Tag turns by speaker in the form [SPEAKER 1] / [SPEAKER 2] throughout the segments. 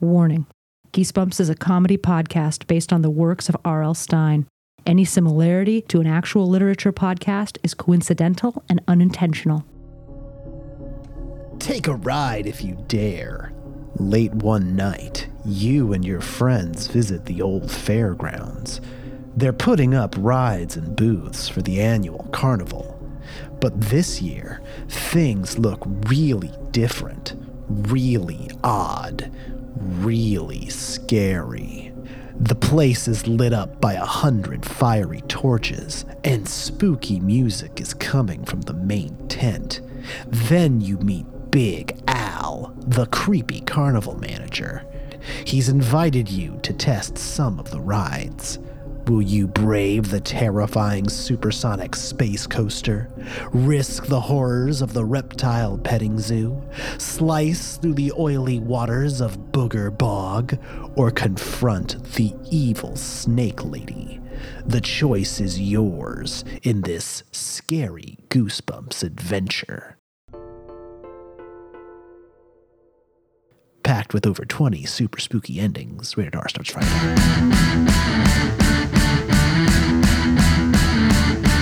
[SPEAKER 1] Warning Geesebumps is a comedy podcast based on the works of R.L. Stein. Any similarity to an actual literature podcast is coincidental and unintentional.
[SPEAKER 2] Take a ride if you dare. Late one night, you and your friends visit the old fairgrounds. They're putting up rides and booths for the annual carnival. But this year, things look really different, really odd, really scary. The place is lit up by a hundred fiery torches, and spooky music is coming from the main tent. Then you meet Big Al, the creepy carnival manager. He's invited you to test some of the rides. Will you brave the terrifying supersonic space coaster? Risk the horrors of the reptile petting zoo? Slice through the oily waters of Booger Bog? Or confront the evil snake lady? The choice is yours in this scary goosebumps adventure. Packed with over 20 super spooky endings, rated R starts Friday.
[SPEAKER 3] Now I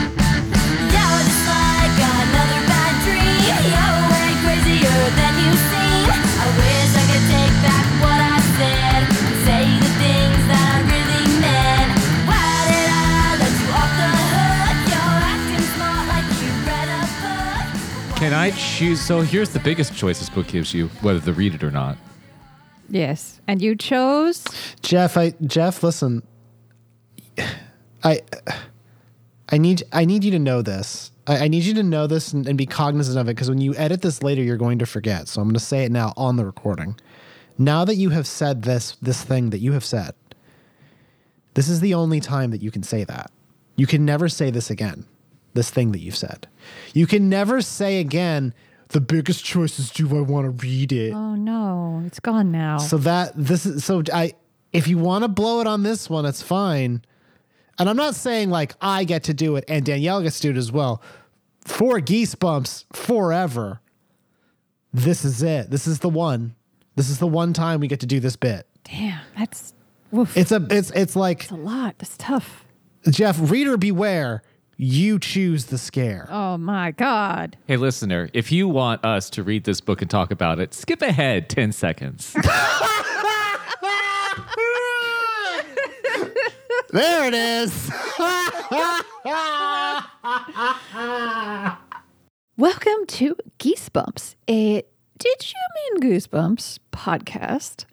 [SPEAKER 3] just like another bad dream. You're way crazier than you seem. I wish I could take back what I said and say the things that I really meant. Why did I let you off the hook? You're acting smart like you read a book.
[SPEAKER 4] Can I choose? So here's the biggest choice this book gives you, whether to read it or not.
[SPEAKER 5] Yes. And you chose
[SPEAKER 6] Jeff, I Jeff, listen. I I need I need you to know this. I, I need you to know this and, and be cognizant of it because when you edit this later, you're going to forget. So I'm going to say it now on the recording. Now that you have said this this thing that you have said, this is the only time that you can say that. You can never say this again. This thing that you've said, you can never say again. The biggest choice is do I want to read it?
[SPEAKER 5] Oh no, it's gone now.
[SPEAKER 6] So that this is so I if you want to blow it on this one, that's fine. And I'm not saying like I get to do it and Danielle gets to do it as well. Four geese bumps forever. This is it. This is the one. This is the one time we get to do this bit.
[SPEAKER 5] Damn, that's woof. It's
[SPEAKER 6] It's a it's it's like
[SPEAKER 5] a lot. That's tough.
[SPEAKER 6] Jeff, reader beware. You choose the scare.
[SPEAKER 5] Oh my god.
[SPEAKER 4] Hey, listener, if you want us to read this book and talk about it, skip ahead 10 seconds.
[SPEAKER 6] There it is.
[SPEAKER 5] Welcome to Geesebumps, a Did You Mean Goosebumps podcast.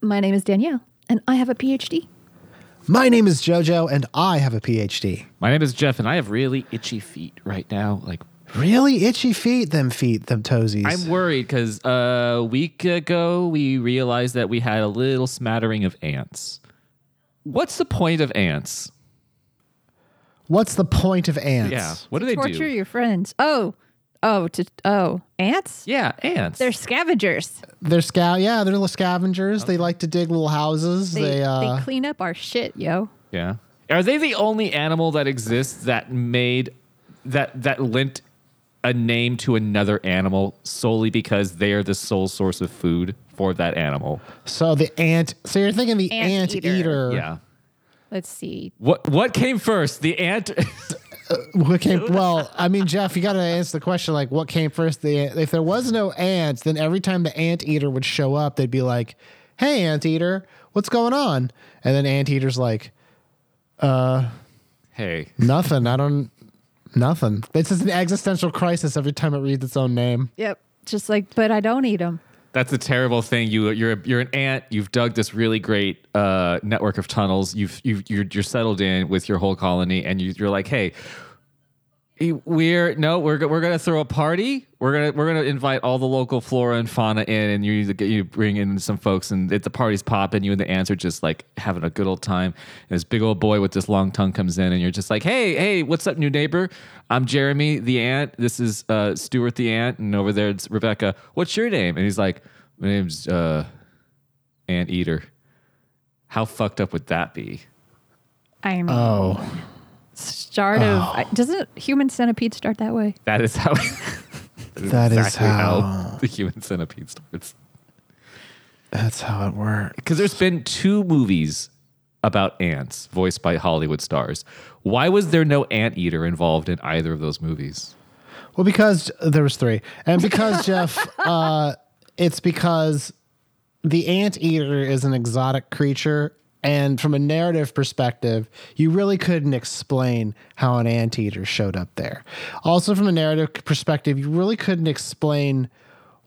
[SPEAKER 5] My name is Danielle, and I have a PhD.
[SPEAKER 6] My name is JoJo and I have a PhD.
[SPEAKER 4] My name is Jeff, and I have really itchy feet right now. Like,
[SPEAKER 6] Really itchy feet, them feet, them toesies.
[SPEAKER 4] I'm worried because uh, a week ago we realized that we had a little smattering of ants. What's the point of ants?
[SPEAKER 6] What's the point of ants?
[SPEAKER 4] Yeah. What do they
[SPEAKER 5] Torture
[SPEAKER 4] do?
[SPEAKER 5] your friends. Oh, oh, to oh, ants.
[SPEAKER 4] Yeah, ants.
[SPEAKER 5] They're scavengers.
[SPEAKER 6] They're scout. Yeah, they're little scavengers. They like to dig little houses. They,
[SPEAKER 5] They, they,
[SPEAKER 6] uh,
[SPEAKER 5] clean up our shit, yo.
[SPEAKER 4] Yeah. Are they the only animal that exists that made that that lent a name to another animal solely because they are the sole source of food for that animal?
[SPEAKER 6] so the ant. So you're thinking the ant,
[SPEAKER 5] Anteater.
[SPEAKER 6] eater.
[SPEAKER 4] Yeah.
[SPEAKER 5] Let's see.
[SPEAKER 4] What what came first? The ant
[SPEAKER 6] What came? Well, I mean, Jeff, you got to answer the question. Like, what came first? The ant- if there was no ants, then every time the ant eater would show up, they'd be like, "Hey, ant eater, what's going on?" And then ant eater's like,
[SPEAKER 4] Hey.
[SPEAKER 6] "Nothing. I don't. Nothing. This is an existential crisis every time it reads its own name."
[SPEAKER 5] Yep. Just like, but I don't eat them.
[SPEAKER 4] That's a terrible thing. You you're you're an ant. You've dug this really great uh, network of tunnels. You've you you're, you're settled in with your whole colony, and you, you're like, hey, eh, we're no, we're go- we're gonna throw a party. We're gonna we're gonna invite all the local flora and fauna in, and you you bring in some folks, and it, the party's popping. You and the ants are just like having a good old time. And this big old boy with this long tongue comes in, and you're just like, hey hey, what's up, new neighbor? I'm Jeremy the ant. This is uh, Stuart the ant, and over there it's Rebecca. What's your name? And he's like, my name's uh, Ant Eater. How fucked up would that be?
[SPEAKER 5] I
[SPEAKER 4] Uh,
[SPEAKER 5] mean,
[SPEAKER 6] Oh.
[SPEAKER 5] start of I- doesn't human centipede start that way?
[SPEAKER 4] That is how. that is
[SPEAKER 6] That is
[SPEAKER 4] exactly how,
[SPEAKER 6] how-
[SPEAKER 4] the human centipede starts.
[SPEAKER 6] That's how it works.
[SPEAKER 4] Because there's been two movies about ants voiced by Hollywood stars. Why was there no anteater involved in either of those movies?
[SPEAKER 6] Well, because there was three, and because Jeff, uh, it's because the anteater is an exotic creature, and from a narrative perspective, you really couldn't explain how an anteater showed up there. Also, from a narrative perspective, you really couldn't explain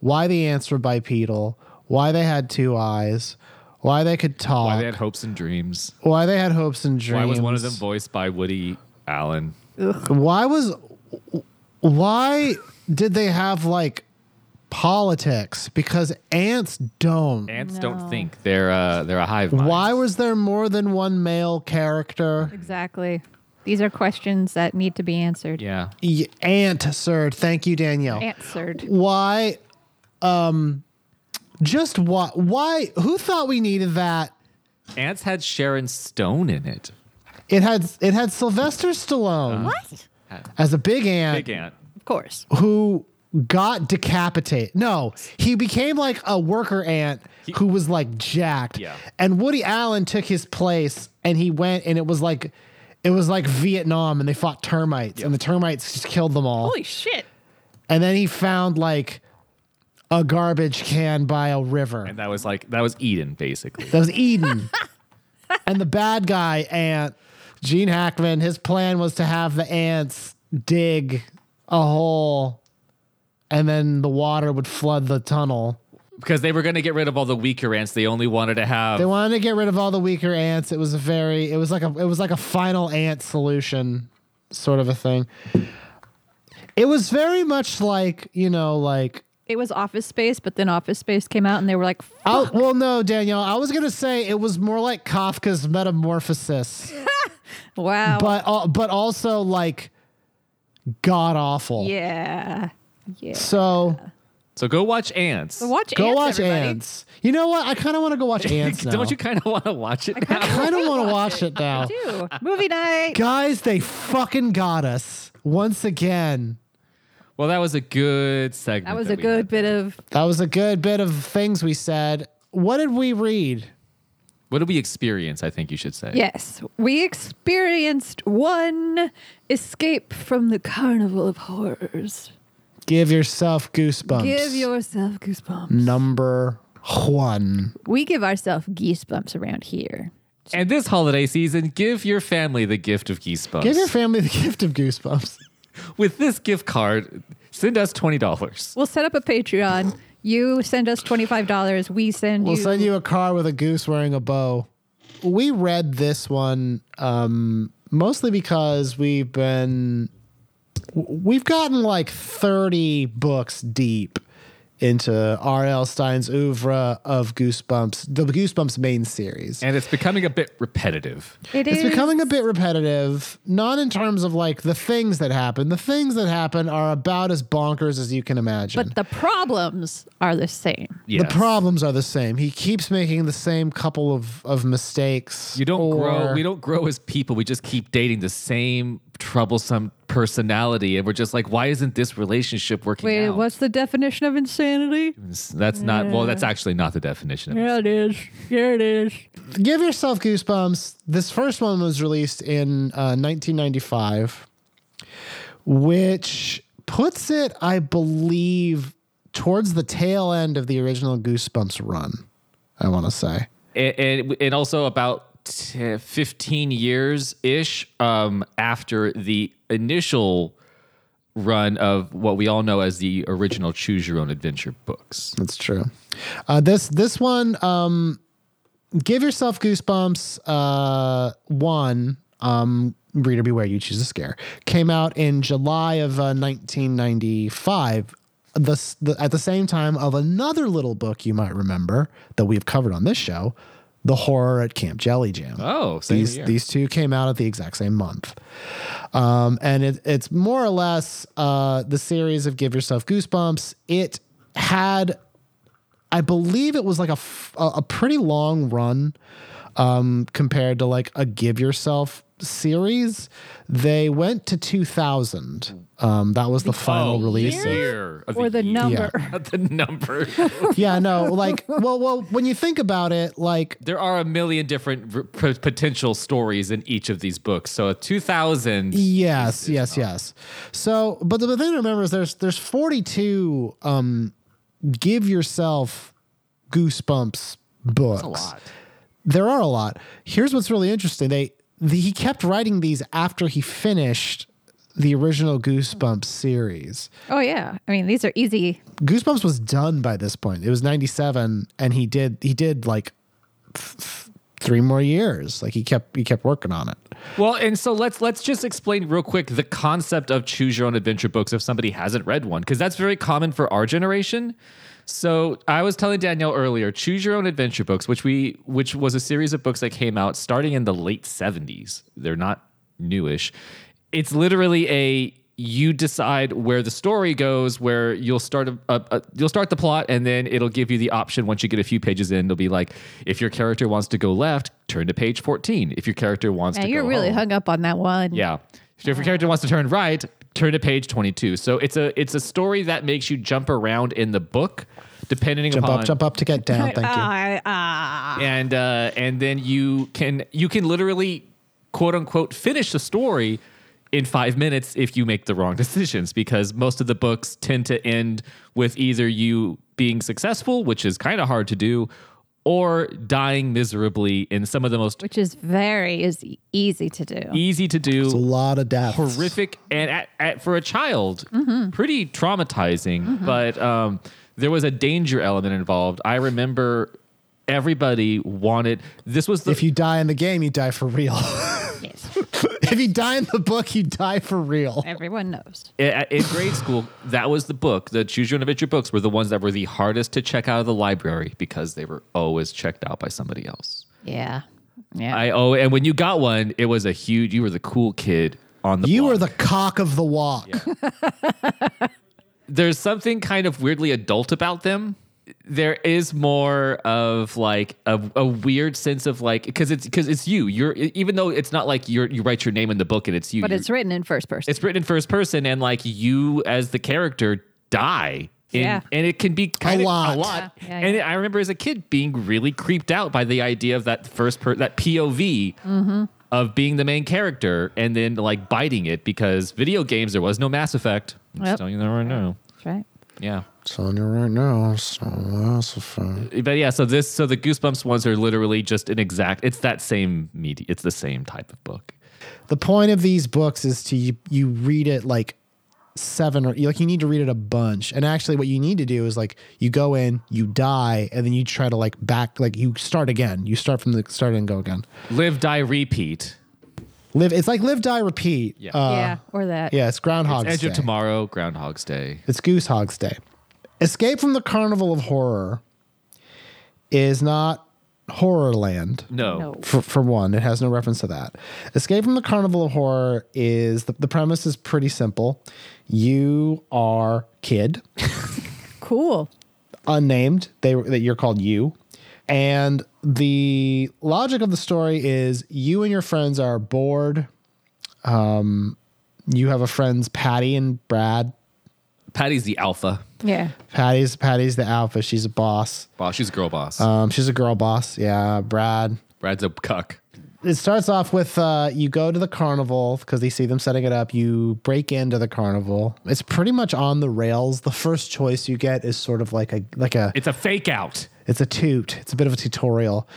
[SPEAKER 6] why the ants were bipedal, why they had two eyes, why they could talk,
[SPEAKER 4] Why they had hopes and dreams?
[SPEAKER 6] hopes and dreams.
[SPEAKER 4] Why was one of them voiced by Woody Allen?
[SPEAKER 6] Why was why did they have like politics? Because ants don't.
[SPEAKER 4] Ants don't think they're uh, they're a hive mind.
[SPEAKER 6] Why was there more than one male character?
[SPEAKER 5] Exactly. These are questions that need to be answered.
[SPEAKER 4] Yeah,
[SPEAKER 6] Y- Answered. Thank you, Danielle.
[SPEAKER 5] Answered.
[SPEAKER 6] Why um just why why who thought we needed that?
[SPEAKER 4] ants had Sharon Stone in it.
[SPEAKER 6] It had it had Sylvester Stallone.
[SPEAKER 5] What?
[SPEAKER 6] As a big ant.
[SPEAKER 4] Big ant.
[SPEAKER 5] Of course.
[SPEAKER 6] who got decapitated. No, he became like a worker ant who was like jacked.
[SPEAKER 4] Yeah.
[SPEAKER 6] And Woody Allen took his place and he went and it was like it was like Vietnam and they fought termites and the termites just killed them all.
[SPEAKER 5] Holy shit.
[SPEAKER 6] and then he found like a garbage can by a river.
[SPEAKER 4] And that was like that was Eden basically.
[SPEAKER 6] That was Eden. and the bad guy ant, Gene Hackman, his plan was to have the ants dig a hole and then the water would flood the tunnel.
[SPEAKER 4] because they were going to get rid of all the weaker ants. They only wanted to have
[SPEAKER 6] They wanted to get rid of all the weaker ants. It was a very it was like a it was like a final ant solution sort of a thing. It was very much like, you know, like
[SPEAKER 5] It was Office Space, but then Office Space came out and they were like,
[SPEAKER 6] I, well, no, Danielle. I was gonna say it was more like Kafka's Metamorphosis.
[SPEAKER 5] wow.
[SPEAKER 6] but uh, but also like god awful.
[SPEAKER 5] yeah. Yeah.
[SPEAKER 6] So
[SPEAKER 4] So go watch ants.
[SPEAKER 5] Watch
[SPEAKER 6] go
[SPEAKER 5] Ants,
[SPEAKER 6] watch
[SPEAKER 5] everybody.
[SPEAKER 6] ants. You know what? I kind of want to go watch ants now.
[SPEAKER 4] Don't you kind of want to watch it? now?
[SPEAKER 6] kind of want to watch it now,
[SPEAKER 5] Ew. Movie night.
[SPEAKER 6] guys. They fucking got us once again.
[SPEAKER 4] Well, that was a good segment.
[SPEAKER 5] That was a
[SPEAKER 4] we
[SPEAKER 5] good
[SPEAKER 4] had.
[SPEAKER 5] bit of
[SPEAKER 6] That was a good bit of things we said. What did we read?
[SPEAKER 4] What did we experience? I think you should say.
[SPEAKER 5] Yes, we experienced one escape from the carnival of horrors.
[SPEAKER 6] Give yourself goosebumps.
[SPEAKER 5] Give yourself goosebumps.
[SPEAKER 6] number one.
[SPEAKER 5] We give ourselves goosebumps around here.
[SPEAKER 4] And this holiday season, give your family the gift of Geesebumps.
[SPEAKER 6] Give your family the gift of goosebumps.
[SPEAKER 4] With this gift card, send us twenty dollars.
[SPEAKER 5] We'll set up a Patreon. You send us $25. We send
[SPEAKER 6] We'll
[SPEAKER 5] you.
[SPEAKER 6] send you a car with a goose wearing a bow. We read this one um, mostly because we've been w- we've gotten like 30 books deep into R.L. Stein's oeuvre of Goosebumps, the Goosebumps main series.
[SPEAKER 4] And it's becoming a bit repetitive.
[SPEAKER 5] It
[SPEAKER 6] it's
[SPEAKER 5] is-
[SPEAKER 6] becoming a bit repetitive, not in terms of like the things that happen. The things that happen are about as bonkers as you can imagine.
[SPEAKER 5] But the problems are the same.
[SPEAKER 4] Yes.
[SPEAKER 6] The problems are the same. He keeps making the same couple of, of mistakes.
[SPEAKER 4] You don't grow.
[SPEAKER 6] or-
[SPEAKER 4] We don't grow as people. We just keep dating the same troublesome personality, and we're just like, why isn't this relationship working
[SPEAKER 5] Wait,
[SPEAKER 4] out?
[SPEAKER 5] what's the definition of insanity?
[SPEAKER 4] That's not. Well, that's actually not the definition. Of it.
[SPEAKER 5] Yeah, it is. Yeah, it is.
[SPEAKER 6] Give yourself goosebumps. This first one was released in uh, 1995, which puts it, I believe, towards the tail end of the original Goosebumps run. I want to say.
[SPEAKER 4] and, and, and also about t- 15 years ish um, after the initial run of what we all know as the original choose your own adventure books
[SPEAKER 6] That's true. Uh, this this one, um, give yourself goosebumps. Uh, one, um, reader beware, you choose a scare. Came out in July of uh, 1995. The, s- the at the same time of another little book you might remember that we've covered on this show, the horror at Camp Jelly Jam.
[SPEAKER 4] oh same
[SPEAKER 6] These,
[SPEAKER 4] year.
[SPEAKER 6] these two came out at the exact same month. Um, and it, it's more or less uh, the series of Give Yourself Goosebumps. It had, I believe it was like a, f- a a pretty long run um, compared to like a Give Yourself series. They went to 2000. Um, that was the final
[SPEAKER 4] Oh,
[SPEAKER 6] release.
[SPEAKER 4] year
[SPEAKER 6] of-
[SPEAKER 4] of
[SPEAKER 5] or the
[SPEAKER 4] year.
[SPEAKER 5] number.
[SPEAKER 4] Not the number.
[SPEAKER 6] yeah, no, like, well, well, when you think about it, like,
[SPEAKER 4] there are a million different r- p- potential stories in each of these books. So 2000.
[SPEAKER 6] Yes, yes, yes. So, but the, the thing to remember is there's there's 42 um give yourself goosebumps books. There are a lot. Here's what's really interesting. They the, he kept writing these after he finished the original Goosebumps series.
[SPEAKER 5] Oh yeah, I mean these are easy.
[SPEAKER 6] Goosebumps was done by this point. It was 97 and he did he did like th- th- 3 more years. Like he kept he kept working on it.
[SPEAKER 4] Well, and so let's let's just explain real quick the concept of choose your own adventure books if somebody hasn't read one because that's very common for our generation. So I was telling Danielle earlier, choose your own adventure books, which we which was a series of books that came out starting in the late 70s. They're not newish. It's literally a you decide where the story goes, where you'll start a, a, a- you'll start the plot, and then it'll give you the option once you get a few pages in. It'll be like, if your character wants to go left, turn to page fourteen. If your character wants
[SPEAKER 5] Man,
[SPEAKER 4] to,
[SPEAKER 5] you're
[SPEAKER 4] go
[SPEAKER 5] really
[SPEAKER 4] home-
[SPEAKER 5] hung up on that one.
[SPEAKER 4] Yeah, so if your character wants to turn right, turn to page twenty-two. So it's a it's a story that makes you jump around in the book, depending
[SPEAKER 6] Jump
[SPEAKER 4] upon
[SPEAKER 6] up, jump up to get down. Thank you.
[SPEAKER 5] Ah.
[SPEAKER 4] and uh, and then you can you can literally quote unquote finish the story in five minutes if you make the wrong decisions because most of the books tend to end with either you being successful, which is kind of hard to do, or dying miserably in some of the most
[SPEAKER 5] which is very is easy to do.
[SPEAKER 4] easy to do
[SPEAKER 6] It's a lot of deaths.
[SPEAKER 4] horrific and at, at, for a child pretty traumatizing but um, there was a danger element involved i remember everybody wanted this was the
[SPEAKER 6] If you die in the game, you die for real. if you die in the book, you die for real.
[SPEAKER 5] Everyone knows.
[SPEAKER 4] i- in grade school that was the book the choose your own adventure books were the ones that were the hardest to check out of the library because they were always checked out by somebody else
[SPEAKER 5] Yeah. Yeah.
[SPEAKER 4] i oh and when you got one it was a huge you were the cool kid on the
[SPEAKER 6] You
[SPEAKER 4] block.
[SPEAKER 6] are the cock of the walk.
[SPEAKER 4] there's something kind of weirdly adult about them. There is more of like a, a weird sense of like because it's because it's you. You're e, even though it's not like you're you write your name in the book and it's you.
[SPEAKER 5] but
[SPEAKER 4] you-
[SPEAKER 5] it's written in first person.
[SPEAKER 4] it's written in first person and like you as the character die. And,
[SPEAKER 5] Yeah.
[SPEAKER 4] and it can be kind of
[SPEAKER 6] lot.
[SPEAKER 4] a lot.
[SPEAKER 5] Yeah, yeah,
[SPEAKER 4] and I remember as a kid being really creeped out by the idea of that first per- that POV
[SPEAKER 5] Mm-hmm.
[SPEAKER 4] of being the main character and then like biting it because video games there was no Mass Effect. I'm just
[SPEAKER 5] Yep.
[SPEAKER 4] telling you that right now.
[SPEAKER 5] That's right.
[SPEAKER 4] Yeah.
[SPEAKER 6] Telling you right now, so that's a fun.
[SPEAKER 4] But yeah, so this so the Goosebumps ones are literally just an exact it's that same media it's the same type of book.
[SPEAKER 6] The point of these books is to you, you read it like seven or like you need to read it a bunch. And actually, what you need to do is like you go in, you die, and then you try to like back like you start again. You start from the start and go again.
[SPEAKER 4] Live die repeat.
[SPEAKER 6] Live. It's like live, die, repeat.
[SPEAKER 4] Yeah.
[SPEAKER 6] Uh,
[SPEAKER 5] yeah. Or that.
[SPEAKER 6] yeah. It's Groundhog's
[SPEAKER 4] Edge
[SPEAKER 6] Day.
[SPEAKER 4] of Tomorrow, Groundhog's Day.
[SPEAKER 6] It's Goosehog's Day. Escape from the Carnival of Horror is not Horrorland.
[SPEAKER 4] No.
[SPEAKER 5] No.
[SPEAKER 6] For, for one, it has no reference to that. Escape from the Carnival of Horror is the, the premise is pretty simple. You are kid,
[SPEAKER 5] Cool.
[SPEAKER 6] unnamed. They that you're called you, and the logic of the story is you and your friends are bored. Um, you have a friends Patty and Brad.
[SPEAKER 4] Patty's the alpha.
[SPEAKER 5] Yeah.
[SPEAKER 6] Patty's Patty's the alpha. She's a boss.
[SPEAKER 4] Boss, she's a girl boss.
[SPEAKER 6] Um, she's a girl boss. Yeah, Brad.
[SPEAKER 4] Brad's a cuck.
[SPEAKER 6] It starts off with uh, you go to the carnival because they see them setting it up. You break into the carnival. It's pretty much on the rails. The first choice you get is sort of like a like a
[SPEAKER 4] It's a fake out.
[SPEAKER 6] it's a toot. It's a bit of a tutorial.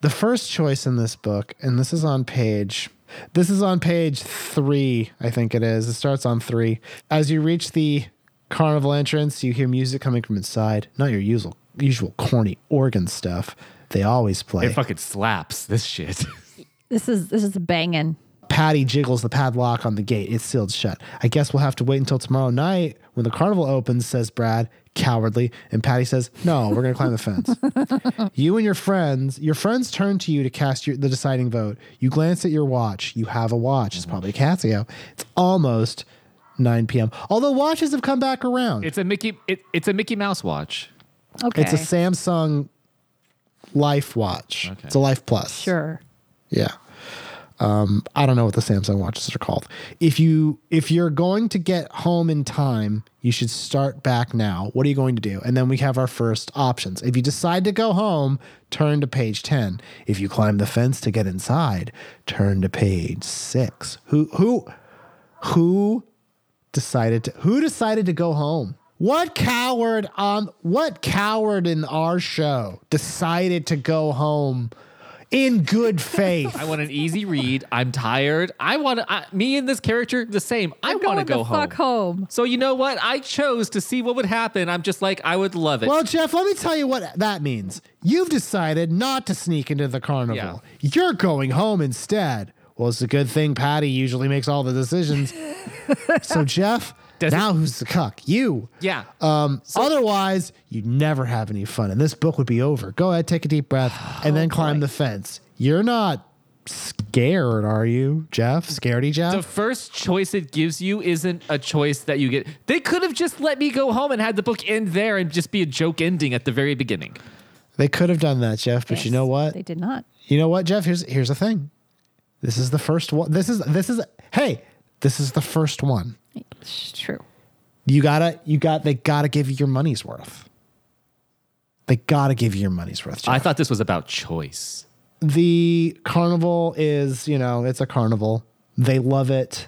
[SPEAKER 6] The first choice in this book, and this is on page, this is on page three, I think it is. It starts on three. As you reach the carnival entrance, you hear music coming from inside. Not your usual, usual corny organ stuff they always play.
[SPEAKER 4] It fucking slaps this shit.
[SPEAKER 5] This is this is banging.
[SPEAKER 6] Patty jiggles the padlock on the gate. It's sealed shut. I guess we'll have to wait until tomorrow night when the carnival opens, says Brad, cowardly. And Patty says, No, we're going to climb the fence. you and your friends, your friends turn to you to cast your, the deciding vote. You glance at your watch. You have a watch. It's probably a Casio. It's almost 9 p.m. Although watches have come back around.
[SPEAKER 4] it's a Mickey it, it's a Mickey Mouse watch.
[SPEAKER 5] Okay.
[SPEAKER 6] It's a Samsung Life Watch. It's a Life Plus.
[SPEAKER 5] Sure.
[SPEAKER 6] Yeah. Um, I don't know what the Samsung watches are called. If you if you're going to get home in time, you should start back now. What are you going to do? And then we have our first options. If you decide to go home, turn to page 10. If you climb the fence to get inside, turn to page 6. Who who who decided to who decided to go home? What coward on what coward in our show decided to go home in good faith?
[SPEAKER 4] I want an easy read. I'm tired. I want to, I, me and this character the same. I
[SPEAKER 5] I'm
[SPEAKER 4] want to
[SPEAKER 5] going
[SPEAKER 4] go
[SPEAKER 5] the
[SPEAKER 4] home.
[SPEAKER 5] fuck home.
[SPEAKER 4] So you know what? I chose to see what would happen. I'm just like I would love it.
[SPEAKER 6] Well, Jeff, let me tell you what that means. You've decided not to sneak into the carnival.
[SPEAKER 4] Yeah.
[SPEAKER 6] You're going home instead. Well, it's a good thing Patty usually makes all the decisions. so, Jeff,
[SPEAKER 4] Does it-
[SPEAKER 6] now who's the cuck? You.
[SPEAKER 4] yeah.
[SPEAKER 6] Um, otherwise, you'd never have any fun, and this book would be over. Go ahead, take a deep breath, and
[SPEAKER 4] Oh,
[SPEAKER 6] then climb the fence. You're not scared, are you, Jeff? Scaredy Jeff?
[SPEAKER 4] the first choice it gives you isn't a choice that you get. They could have just let me go home and had the book end there and just be a joke ending at the very beginning.
[SPEAKER 6] they could have done that, Jeff, but you
[SPEAKER 5] Yes,
[SPEAKER 6] know what?
[SPEAKER 5] They did not.
[SPEAKER 6] You know what, Jeff? Here's here's the thing. This is the first one. This is this is hey, this is the first one.
[SPEAKER 5] It's true.
[SPEAKER 6] You gotta you got they gotta give you your money's worth. They gotta give you your money's worth. Jeff.
[SPEAKER 4] I thought this was about choice.
[SPEAKER 6] the carnival is you know it's a carnival. They love it.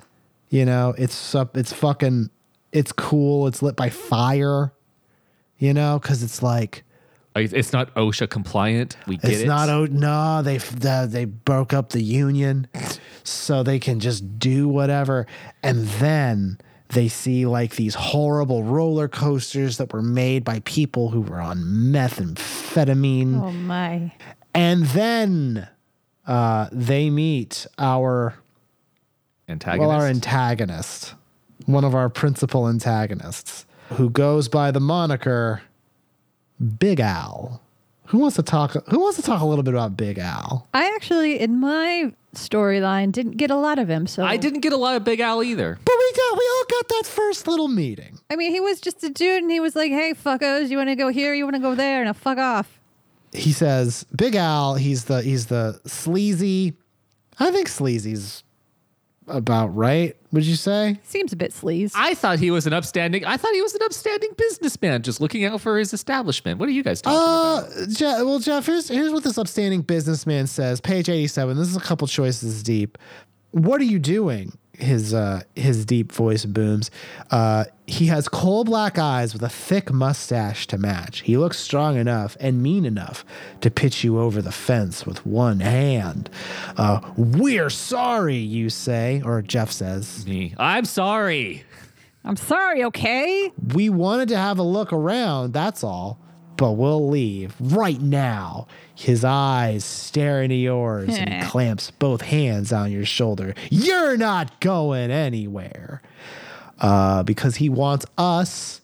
[SPEAKER 6] You know it's up. It's fucking. It's cool. It's lit by fire. You know because it's like
[SPEAKER 4] I- It's not OSHA compliant. We get
[SPEAKER 6] it's
[SPEAKER 4] it.
[SPEAKER 6] not oh no they uh, they broke up the union so they can just do whatever and then they see like these horrible roller coasters that were made by people who were on methamphetamine
[SPEAKER 5] Oh my.
[SPEAKER 6] and then uh, they meet our
[SPEAKER 4] antagonist.
[SPEAKER 6] well our antagonist one of our principal antagonists who goes by the moniker Big Al who wants to talk who wants to talk a little bit about Big Al
[SPEAKER 5] I actually, in my storyline, didn't get a lot of him. So
[SPEAKER 4] I didn't get a lot of Big Al either.
[SPEAKER 6] But we got we all got that first little meeting.
[SPEAKER 5] I mean, he was just a dude, and he was like, "Hey, fuckos, you want to go here? You want to go there? Now fuck off."
[SPEAKER 6] He says, "Big Al, he's the he's the sleazy. I think sleazy's about right. Would you say?
[SPEAKER 5] Seems a bit sleaze.
[SPEAKER 4] I thought he was an upstanding. I thought he was an upstanding businessman, just looking out for his establishment. What are you guys talking
[SPEAKER 6] Uh, Je- well, Jeff, here's here's what this upstanding businessman says. Page eighty-seven. This is a couple choices deep. What are you doing? His uh his deep voice booms. Uh, he has coal black eyes with a thick mustache to match. He looks strong enough and mean enough to pitch you over the fence with one hand. Uh, we're sorry, you say, or Jeff says.
[SPEAKER 4] about? Me. I'm sorry.
[SPEAKER 5] I'm sorry, okay?
[SPEAKER 6] We wanted to have a look around, that's all. But we'll leave right now. His eyes stare into yours and he clamps both hands on your shoulder. You're not going anywhere. Uh, because he wants us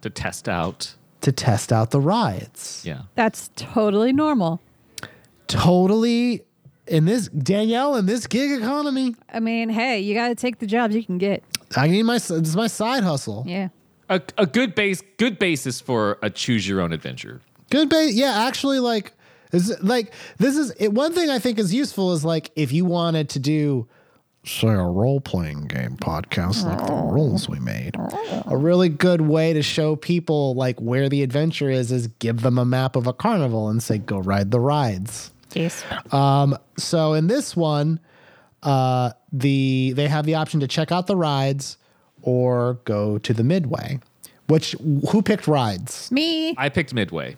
[SPEAKER 4] To test out.
[SPEAKER 6] to test out the riots.
[SPEAKER 4] Yeah.
[SPEAKER 5] That's totally normal.
[SPEAKER 6] Totally in this, Danielle, in this gig economy,
[SPEAKER 5] I mean, hey, you got to take the jobs you can get.
[SPEAKER 6] I need my, this is my side hustle.
[SPEAKER 5] Yeah.
[SPEAKER 4] A, a good base, good basis for a choose your own adventure.
[SPEAKER 6] Good base. Yeah, actually, like, is like this is it, one thing I think is useful is like if you wanted to do say a role playing game podcast like the rules we made. A really good way to show people like where the adventure is is give them a map of a carnival and say go ride the rides. Um,
[SPEAKER 5] Yes.
[SPEAKER 6] So in this one, uh, the they have the option to check out the rides or go to the midway. Which who picked rides?
[SPEAKER 5] Me.
[SPEAKER 4] I picked Midway.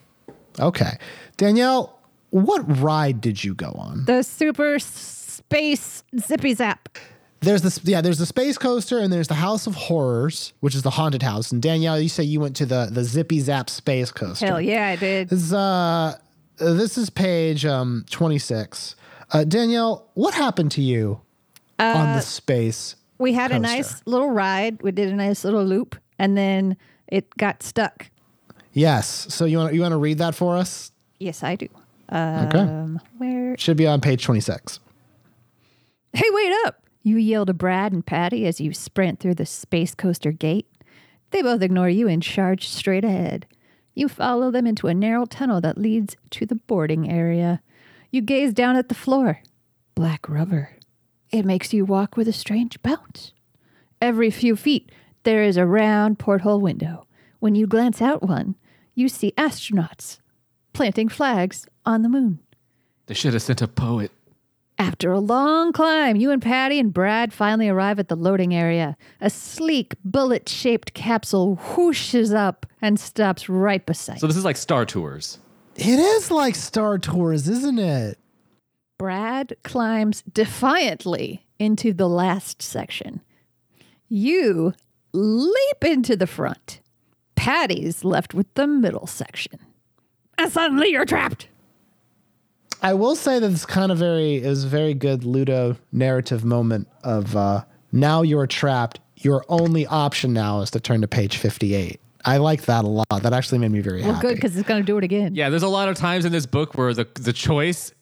[SPEAKER 6] Okay. Danielle, what ride did you go on?
[SPEAKER 5] The super space zippy zap.
[SPEAKER 6] There's this yeah, there's the space coaster and there's the House of Horrors, which is the haunted house. And Danielle, you say you went to the the Zippy Zap space coaster.
[SPEAKER 5] Hell yeah, I did.
[SPEAKER 6] This is uh this is page um 26. Uh Danielle, what happened to you
[SPEAKER 5] Uh,
[SPEAKER 6] on the space?
[SPEAKER 5] We had a
[SPEAKER 6] coaster.
[SPEAKER 5] nice little ride. We did a nice little loop, and then it got stuck.
[SPEAKER 6] Yes. So you want you want to read that for us?
[SPEAKER 5] Yes, I do.
[SPEAKER 6] okay.
[SPEAKER 5] Um, where
[SPEAKER 6] Should be on page 26.
[SPEAKER 5] Hey, wait up! You yell to Brad and Patty as you sprint through the space coaster gate. They both ignore you and charge straight ahead. You follow them into a narrow tunnel that leads to the boarding area. You gaze down at the floor. Black rubber. It makes you walk with a strange bounce. Every few feet, there is a round porthole window. When you glance out one, you see astronauts planting flags on the moon.
[SPEAKER 4] They should have sent a poet.
[SPEAKER 5] After a long climb, you and Patty and Brad finally arrive at the loading area. A sleek, bullet shaped capsule whooshes up and stops right beside
[SPEAKER 4] So this is like Star Tours.
[SPEAKER 6] It is like Star Tours, isn't it?
[SPEAKER 5] Brad climbs defiantly into the last section. You leap into the front. Patty's left with the middle section. And suddenly you're trapped.
[SPEAKER 6] I will say that it's kind of very it was a very good Ludo narrative moment of uh, now you're trapped. Your only option now is to turn to page fifty eight. I like that a lot. That actually made me very
[SPEAKER 5] Well,
[SPEAKER 6] happy.
[SPEAKER 5] good, because it's going to do it again.
[SPEAKER 4] Yeah, there's a lot of times in this book where the the choice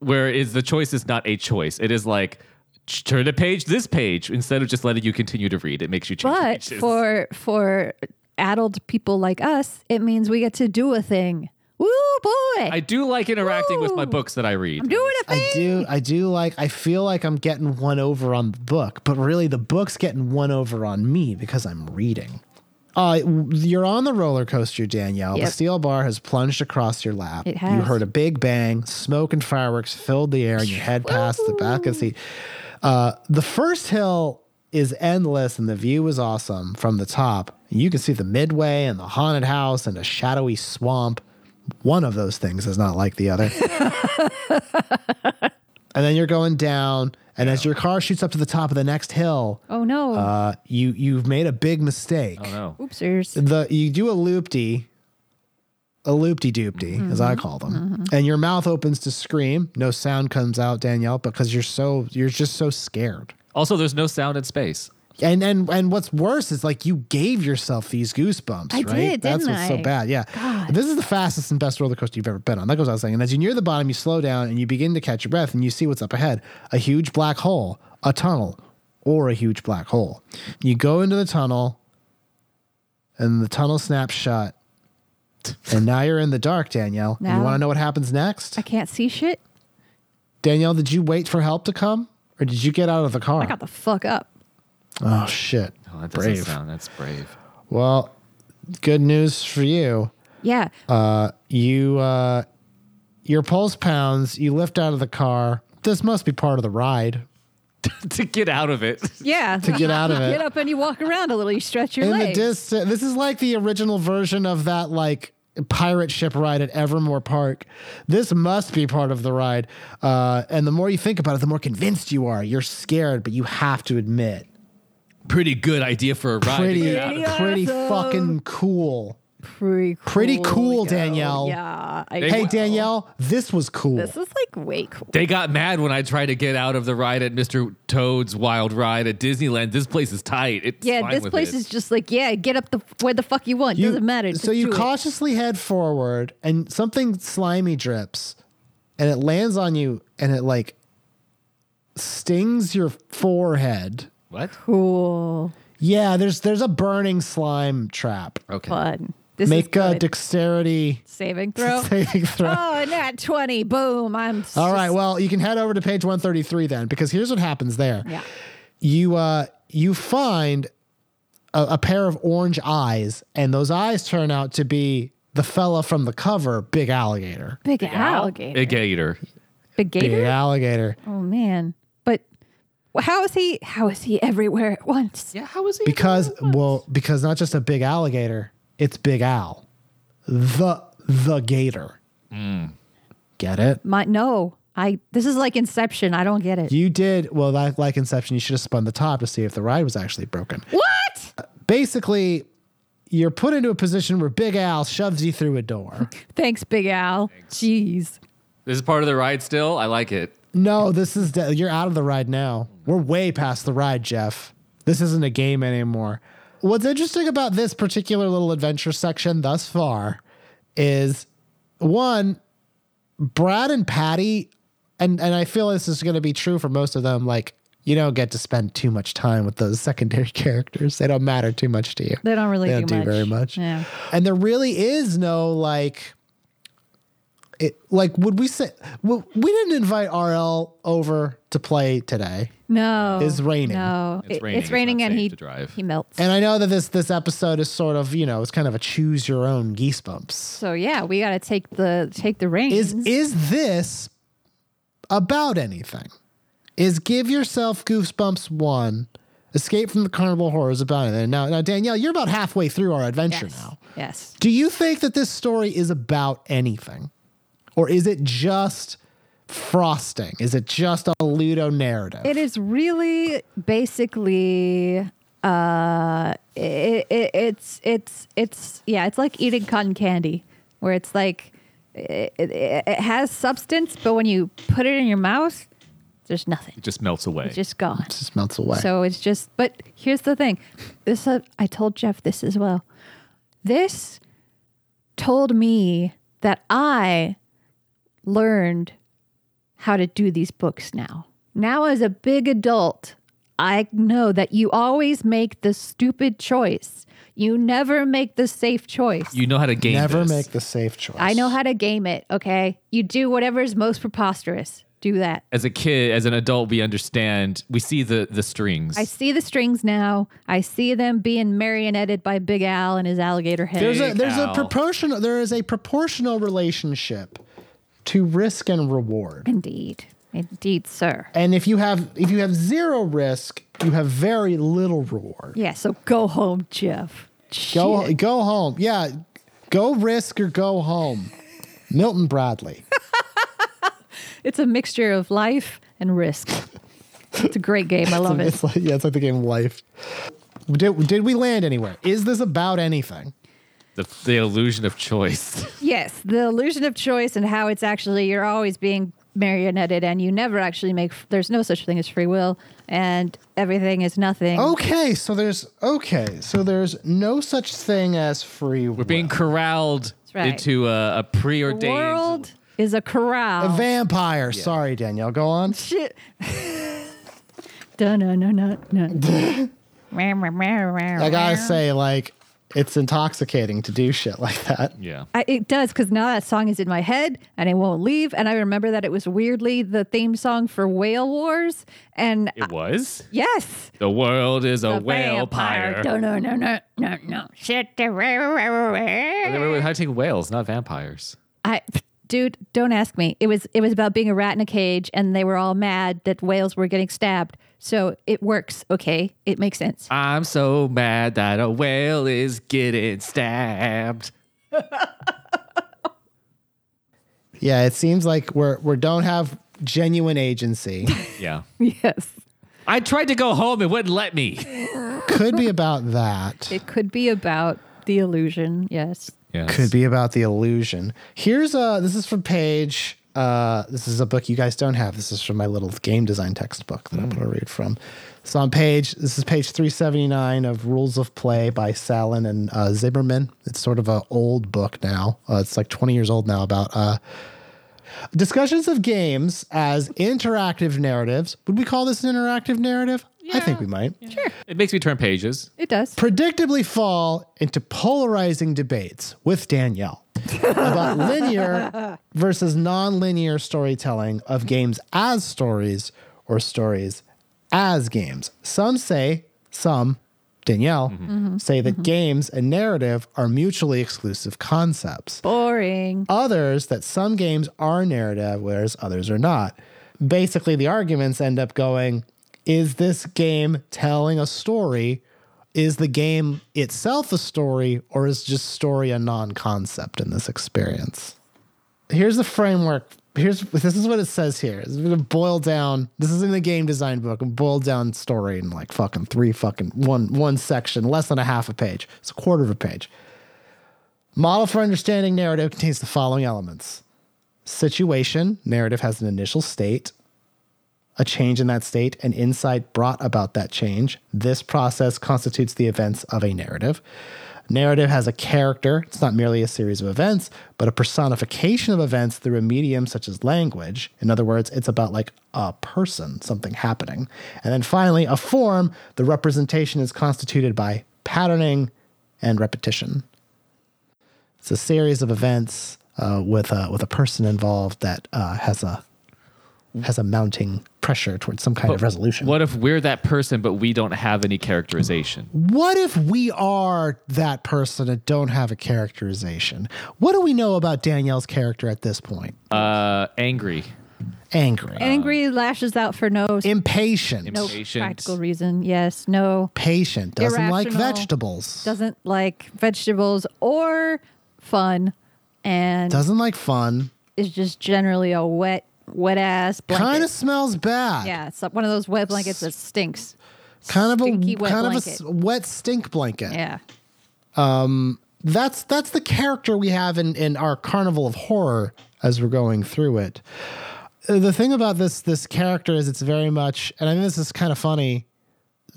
[SPEAKER 4] where is the choice is not a choice. It is like ch- turn to page this page instead of just letting you continue to read. It makes you change
[SPEAKER 5] But
[SPEAKER 4] pages.
[SPEAKER 5] for for addled people like us, it means we get to do a thing. Woo boy!
[SPEAKER 4] I do like interacting with my
[SPEAKER 5] Ooh.
[SPEAKER 4] books that I read.
[SPEAKER 5] am doing a thing.
[SPEAKER 6] I do. I do like. I feel like I'm getting one over on the book, but really the book's getting one over on me because I'm reading. Uh, you're on the roller coaster, Danielle.
[SPEAKER 5] Yep.
[SPEAKER 6] The steel bar has plunged across your lap.
[SPEAKER 5] It has.
[SPEAKER 6] You heard a big bang. Smoke and fireworks filled the air, and your head passed the back of the seat. Uh, the first hill is endless, and the view is awesome from the top. You can see the midway and the haunted house and a shadowy swamp. One of those things is not like the other and then you're going down and as your car shoots up to the top of the next hill
[SPEAKER 5] Oh no!
[SPEAKER 6] uh, you you've made a big mistake
[SPEAKER 4] I don't know.
[SPEAKER 5] Oopsers!
[SPEAKER 6] the you do a loopty a loopty doopty as i call them and your mouth opens to scream no sound comes out danielle because you're so you're just so scared
[SPEAKER 4] Also, there's no sound in space.
[SPEAKER 6] and and and what's worse is like you gave yourself these goosebumps.
[SPEAKER 5] I
[SPEAKER 6] right?
[SPEAKER 5] did, didn't
[SPEAKER 6] That's what's so
[SPEAKER 5] I?
[SPEAKER 6] bad. Yeah, this is the fastest and best roller coaster you've ever been on. That goes without saying. And as you near the bottom, you slow down and you begin to catch your breath, and you see what's up ahead: a huge black hole, a tunnel, or a huge black hole. You go into the tunnel, and the tunnel snaps shut. and now you're in the dark, Danielle. And
[SPEAKER 5] Now-
[SPEAKER 6] you want to know what happens next?
[SPEAKER 5] I can't see shit.
[SPEAKER 6] Danielle, did you wait for help to come, or did you get out of the car?
[SPEAKER 5] I got the fuck up.
[SPEAKER 6] oh shit!
[SPEAKER 4] Oh, that doesn't
[SPEAKER 6] Brave.
[SPEAKER 4] sound. That's brave.
[SPEAKER 6] Well, good news for you.
[SPEAKER 5] Yeah.
[SPEAKER 6] Uh, you uh, your pulse pounds. You lift out of the car. This must be part of the ride
[SPEAKER 4] to get out of it.
[SPEAKER 5] yeah.
[SPEAKER 6] to get out of
[SPEAKER 5] Get
[SPEAKER 6] it.
[SPEAKER 5] up and you walk around a little. You stretch your
[SPEAKER 6] In the
[SPEAKER 5] legs.
[SPEAKER 6] distance, this is like the original version of that like pirate ship ride at Evermore Park. This must be part of the ride. Uh, and the more you think about it, the more convinced you are. You're scared, but you have to admit,
[SPEAKER 4] Pretty good idea for a ride. to
[SPEAKER 6] pretty,
[SPEAKER 4] get out of it.
[SPEAKER 6] pretty
[SPEAKER 5] awesome.
[SPEAKER 6] fucking cool.
[SPEAKER 5] pretty cool.
[SPEAKER 6] Pretty cool,
[SPEAKER 5] yo.
[SPEAKER 6] Danielle.
[SPEAKER 5] Yeah. I
[SPEAKER 4] Hey,
[SPEAKER 6] Hey
[SPEAKER 5] know.
[SPEAKER 6] Danielle, this was cool.
[SPEAKER 5] This is like way cool.
[SPEAKER 4] They got mad when I tried to get out of the ride at Mr. Toad's Wild Ride at Disneyland. This place is tight. It's
[SPEAKER 5] Yeah,
[SPEAKER 4] fine
[SPEAKER 5] this
[SPEAKER 4] with
[SPEAKER 5] place
[SPEAKER 4] it.
[SPEAKER 5] is just like, yeah, get up the where the fuck you want.
[SPEAKER 6] You-
[SPEAKER 5] Doesn't matter.
[SPEAKER 6] So
[SPEAKER 5] Just
[SPEAKER 6] you
[SPEAKER 5] do it.
[SPEAKER 6] cautiously head forward, and something slimy drips, and it lands on you, and it like stings your forehead.
[SPEAKER 4] what?
[SPEAKER 5] cool
[SPEAKER 6] Yeah, there's there's a burning slime trap.
[SPEAKER 4] Okay.
[SPEAKER 5] fun. This
[SPEAKER 6] Make
[SPEAKER 5] is
[SPEAKER 6] a
[SPEAKER 5] good.
[SPEAKER 6] dexterity
[SPEAKER 5] saving throw.
[SPEAKER 6] saving throw.
[SPEAKER 5] Oh, nat twenty. Boom. I'm. s-
[SPEAKER 6] All right, well, you can head over to page 133 then, because here's what happens there.
[SPEAKER 5] Yeah.
[SPEAKER 6] You uh you find a, a pair of orange eyes, and those eyes turn out to be the fella from the cover, Big Alligator.
[SPEAKER 5] Big alligator.
[SPEAKER 4] A gator.
[SPEAKER 5] Big gator.
[SPEAKER 6] Big alligator.
[SPEAKER 5] Oh man. But how is he? How is he everywhere at once?
[SPEAKER 4] Yeah, how was he?
[SPEAKER 6] Because well, because not just a big alligator, it's Big Al. The the gator. Get it?
[SPEAKER 5] My no. I. This is like Inception. I don't get it.
[SPEAKER 6] You did well like like Inception, you should have spun the top to see if the ride was actually broken.
[SPEAKER 5] what?
[SPEAKER 6] Basically, you're put into a position where Big Al shoves you through a door.
[SPEAKER 5] Thanks, Big Al. Jeez.
[SPEAKER 4] This is part of the ride still. I like it.
[SPEAKER 6] no, this is de- you're out of the ride now. We're way past the ride, Jeff. This isn't a game anymore. What's interesting about this particular little adventure section thus far is one, Brad and Patty, and and I feel this is going to be true for most of them. Like you don't get to spend too much time with those secondary characters. They don't matter too much to you.
[SPEAKER 5] They don't really
[SPEAKER 6] They
[SPEAKER 5] do,
[SPEAKER 6] don't do
[SPEAKER 5] much.
[SPEAKER 6] very much.
[SPEAKER 5] Yeah.
[SPEAKER 6] And there really is no like it like would we say well, we didn't invite RL over to play today.
[SPEAKER 5] No.
[SPEAKER 6] It's raining.
[SPEAKER 5] Oh, No.
[SPEAKER 4] It's
[SPEAKER 5] It-
[SPEAKER 4] raining. It's
[SPEAKER 5] It's raining
[SPEAKER 4] not
[SPEAKER 5] and
[SPEAKER 4] safe
[SPEAKER 5] he
[SPEAKER 4] to drive.
[SPEAKER 5] he melts.
[SPEAKER 6] And I know that this this episode is sort of, you know, it's kind of a choose your own geesebumps.
[SPEAKER 5] so yeah, we got to take the take the reins.
[SPEAKER 6] Is is this about anything? Is give yourself goosebumps one, escape from the carnival horrors about anything. Now now Danielle, you're about halfway through our adventure
[SPEAKER 5] yes.
[SPEAKER 6] now.
[SPEAKER 5] Yes.
[SPEAKER 6] Do you think that this story is about anything? Or is it just frosting? Is it just a Ludo narrative?
[SPEAKER 5] It is really basically uh it, it, it's it's it's yeah, it's like eating cotton candy where it's like it, it, it has substance, but when you put it in your mouth, there's nothing.
[SPEAKER 4] It just melts away.
[SPEAKER 5] It's just gone.
[SPEAKER 6] It just melts away.
[SPEAKER 5] So it's just, but here's the thing. This uh, I told Jeff this as well. This told me that I learned how to do these books now. Now, as a big adult, I know that you always make the stupid choice. You never make the safe choice.
[SPEAKER 4] you know how to game.
[SPEAKER 6] Never
[SPEAKER 4] this.
[SPEAKER 6] make the safe choice.
[SPEAKER 5] I know how to game it, okay? You do whatever's most preposterous. Do that.
[SPEAKER 4] as a kid, as an adult, we understand. We see the the strings.
[SPEAKER 5] I see the strings now. I see them being marionetted by Big Al and his alligator head.
[SPEAKER 6] there's a
[SPEAKER 4] Big
[SPEAKER 6] there's a
[SPEAKER 4] Al.
[SPEAKER 6] proportional there is a proportional relationship to risk and reward.
[SPEAKER 5] Indeed. Indeed, sir.
[SPEAKER 6] And if you have if you have zero risk, you have very little reward.
[SPEAKER 5] Yeah, so go home, Jeff.
[SPEAKER 6] Go
[SPEAKER 5] Shit.
[SPEAKER 6] go home. Yeah. Go risk or go home. Milton Bradley.
[SPEAKER 5] It's a mixture of life and risk. it's a great game. I love it.
[SPEAKER 6] It's like yeah, it's like the game Life. Did, did we land anywhere? Is this about anything?
[SPEAKER 4] the, the illusion of choice.
[SPEAKER 5] Yes, the illusion of choice and how it's actually you're always being marionetted and you never actually make there's no such thing as free will and everything is nothing.
[SPEAKER 6] Okay, so there's okay, so there's no such thing as free.
[SPEAKER 4] We're being corralled
[SPEAKER 5] right.
[SPEAKER 4] into a, a
[SPEAKER 5] the
[SPEAKER 4] preordained.
[SPEAKER 5] world is a corral.
[SPEAKER 6] a vampire. Sorry, Danielle. Go on.
[SPEAKER 5] Shit. no, no, no, no, no.
[SPEAKER 6] I gotta say, like, it's intoxicating to do shit like that.
[SPEAKER 4] Yeah.
[SPEAKER 5] I, it does because now that song is in my head and it won't leave. And I remember that it was weirdly the theme song for Whale Wars. And
[SPEAKER 4] It was.
[SPEAKER 5] yes,
[SPEAKER 4] The world is a,
[SPEAKER 5] the
[SPEAKER 4] whale pyre.
[SPEAKER 5] No, no, no, no, no, no. Shit, the
[SPEAKER 4] They
[SPEAKER 5] whale.
[SPEAKER 4] were hunting whales, not vampires.
[SPEAKER 5] I, dude, don't ask me. It was it was about being a rat in a cage, and they were all mad that whales were getting stabbed. So it works. Okay, it makes sense.
[SPEAKER 4] I'm so mad that a whale is getting stabbed.
[SPEAKER 6] Yeah, it seems like we're we don't have genuine agency.
[SPEAKER 4] Yeah.
[SPEAKER 5] Yes,
[SPEAKER 4] I tried to go home. It wouldn't let me.
[SPEAKER 6] Could be about that.
[SPEAKER 5] it could be about the illusion. Yes.
[SPEAKER 4] Yeah.
[SPEAKER 6] Could be about the illusion. Here's a. This is from Page. Uh, this is a book you guys don't have. This is from my little game design textbook that I'm going to read from. It's on page. This is page 379 of Rules of Play by Salin and uh, Zimmerman. It's sort of an old book now. Uh, it's like 20 years old now about uh, discussions of games as interactive narratives. Would we call this an interactive narrative? I think we might
[SPEAKER 4] It makes me turn pages.
[SPEAKER 5] It does.
[SPEAKER 6] predictably fall into polarizing debates with Danielle about linear versus nonlinear storytelling of games as stories or stories as games. Some say, some, Danielle, say that games and narrative are mutually exclusive concepts
[SPEAKER 5] Boring.
[SPEAKER 6] others that some games are narrative, whereas others are not. Basically, the arguments end up going is this game telling a story? Is the game itself a story, or is just story a non concept in this experience? Here's the framework. Here's this is what it says here. It's gonna boil down. This is in the game design book and boil down story in like fucking three fucking one one section, less than a half a page. It's a quarter of a page. Model for understanding narrative contains the following elements situation, narrative has an initial state, a change in that state, and insight brought about that change. This process constitutes the events of a narrative. Narrative has a character. It's not merely a series of events, but a personification of events through a medium such as language. In other words, it's about like a person, something happening. And then finally, a form. The representation is constituted by patterning and repetition. It's a series of events uh, with a with a person involved that uh, has a has a mounting pressure towards some kind of resolution.
[SPEAKER 4] What if we're that person, but we don't have any characterization?
[SPEAKER 6] What if we are that person and don't have a characterization? What do we know about Danielle's character at this point?
[SPEAKER 4] Uh, angry,
[SPEAKER 6] Angry,
[SPEAKER 4] Um,
[SPEAKER 5] Angry lashes out for no, s-
[SPEAKER 6] impatient,
[SPEAKER 5] no
[SPEAKER 4] impatient.
[SPEAKER 5] practical reason. Yes, no.
[SPEAKER 6] patient, doesn't like
[SPEAKER 5] Irrational.
[SPEAKER 6] vegetables,
[SPEAKER 5] Doesn't like vegetables or fun and
[SPEAKER 6] doesn't like fun,
[SPEAKER 5] is just generally a wet, wet ass blanket.
[SPEAKER 6] kind of smells bad.
[SPEAKER 5] yeah, it's like one of those wet blankets that stinks.
[SPEAKER 6] kind of a
[SPEAKER 5] Stinky wet
[SPEAKER 6] kind of a
[SPEAKER 5] blanket.
[SPEAKER 6] s- wet stink blanket.
[SPEAKER 5] Yeah.
[SPEAKER 6] that's that's the character we have in in our carnival of horror as we're going through it. Uh, The thing about this this character is it's very much, and I think this is kind of funny.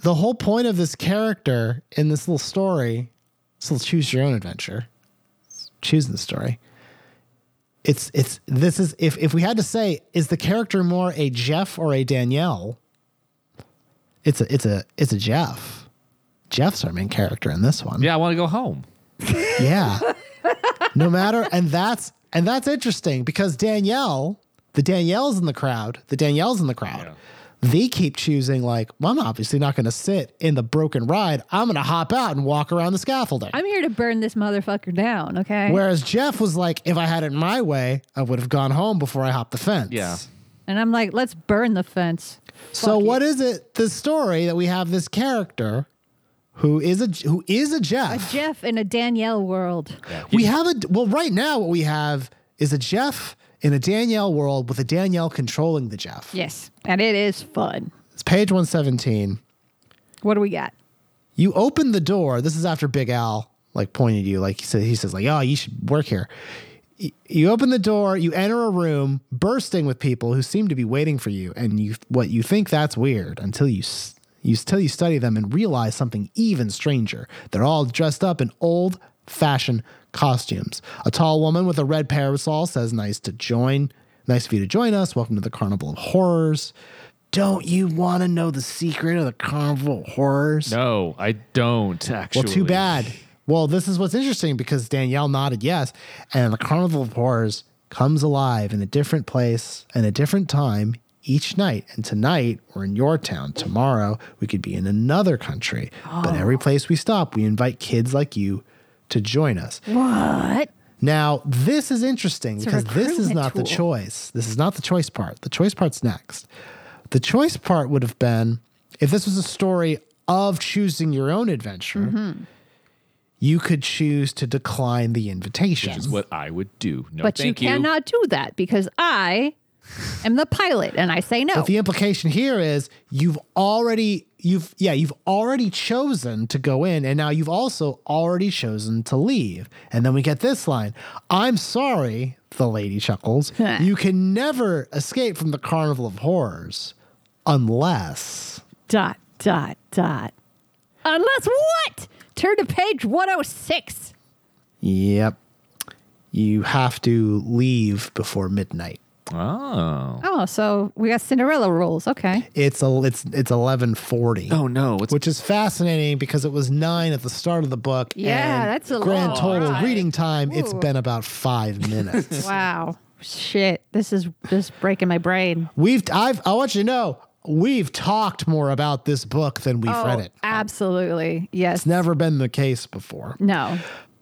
[SPEAKER 6] The whole point of this character in this little story, this little choose your own adventure, choosing the story. It's it's this is if if we had to say is the character more a Jeff or a Danielle? It's a it's a it's a Jeff. Jeff's our main character in this one.
[SPEAKER 4] Yeah, I want to go home.
[SPEAKER 6] Yeah. no matter and that's and that's interesting because Danielle, the Danielle's in the crowd, the Danielle's in the crowd. They keep choosing like, well, I'm obviously not going to sit in the broken ride. I'm going to hop out and walk around the scaffolding.
[SPEAKER 5] I'm here to burn this motherfucker down, okay?
[SPEAKER 6] Whereas Jeff was like, if I had it my way, I would have gone home before I hopped the fence.
[SPEAKER 4] Yeah.
[SPEAKER 5] and I'm like, let's burn the fence.
[SPEAKER 6] So
[SPEAKER 5] Fuck
[SPEAKER 6] what is it? The story that we have this character who is a who is a Jeff.
[SPEAKER 5] A Jeff in a Danielle world.
[SPEAKER 6] We have a well right now. What we have is a Jeff in a Danielle world with a Danielle controlling the Jeff.
[SPEAKER 5] Yes. And it is fun.
[SPEAKER 6] It's page one seventeen.
[SPEAKER 5] What do we got?
[SPEAKER 6] You open the door. This is after Big Al like pointed you. Like he said, he says like, "Oh, you should work here." Y- You open the door. You enter a room bursting with people who seem to be waiting for you, and you what you think that's weird until you. s- You until you study them and realize something even stranger. They're all dressed up in old fashioned costumes. A tall woman with a red parasol says, Nice to join. Nice of you to join us. Welcome to the Carnival of Horrors. Don't you want to know the secret of the Carnival of Horrors?
[SPEAKER 4] No, I don't actually.
[SPEAKER 6] Well, too bad. Well, this is what's interesting because Danielle nodded yes, and the Carnival of Horrors comes alive in a different place and a different time each night. And tonight we're in your town. Tomorrow we could be in another country. But
[SPEAKER 5] Oh.
[SPEAKER 6] every place we stop, we invite kids like you to join us.
[SPEAKER 5] What?
[SPEAKER 6] Now, this is interesting
[SPEAKER 5] a
[SPEAKER 6] because this is
[SPEAKER 5] recruitment
[SPEAKER 6] not the
[SPEAKER 5] tool.
[SPEAKER 6] choice. This is not the choice part. The choice part's next. The choice part would have been if this was a story of choosing your own adventure, you could choose to decline the invitation.
[SPEAKER 4] Which is what I would do. No,
[SPEAKER 5] But you
[SPEAKER 4] thank you.
[SPEAKER 5] cannot do that because I am the pilot and I say no.
[SPEAKER 6] But the implication here is you've already you've yeah, you've already chosen to go in and now you've also already chosen to leave. And then we get this line. I'm sorry, the lady chuckles. you can never escape from the carnival of horrors unless
[SPEAKER 5] dot, dot, dot. Unless what? Turn to page 106.
[SPEAKER 6] yep. You have to leave before midnight.
[SPEAKER 4] Oh.
[SPEAKER 5] Oh, so we got Cinderella rules. Okay.
[SPEAKER 6] It's a it's it's 11:40.
[SPEAKER 4] Oh no. It's
[SPEAKER 6] which is fascinating because it was nine at the start of the book.
[SPEAKER 5] Yeah,
[SPEAKER 6] and
[SPEAKER 5] that's a
[SPEAKER 6] grand
[SPEAKER 5] long
[SPEAKER 6] total
[SPEAKER 5] ride.
[SPEAKER 6] reading time. It's
[SPEAKER 5] Ooh.
[SPEAKER 6] been about five minutes.
[SPEAKER 5] Wow. Shit. This is just breaking my brain.
[SPEAKER 6] we've I've I want you to know we've talked more about this book than we've read
[SPEAKER 5] Oh.
[SPEAKER 6] it.
[SPEAKER 5] absolutely. Yes.
[SPEAKER 6] It's never been the case before.
[SPEAKER 5] no.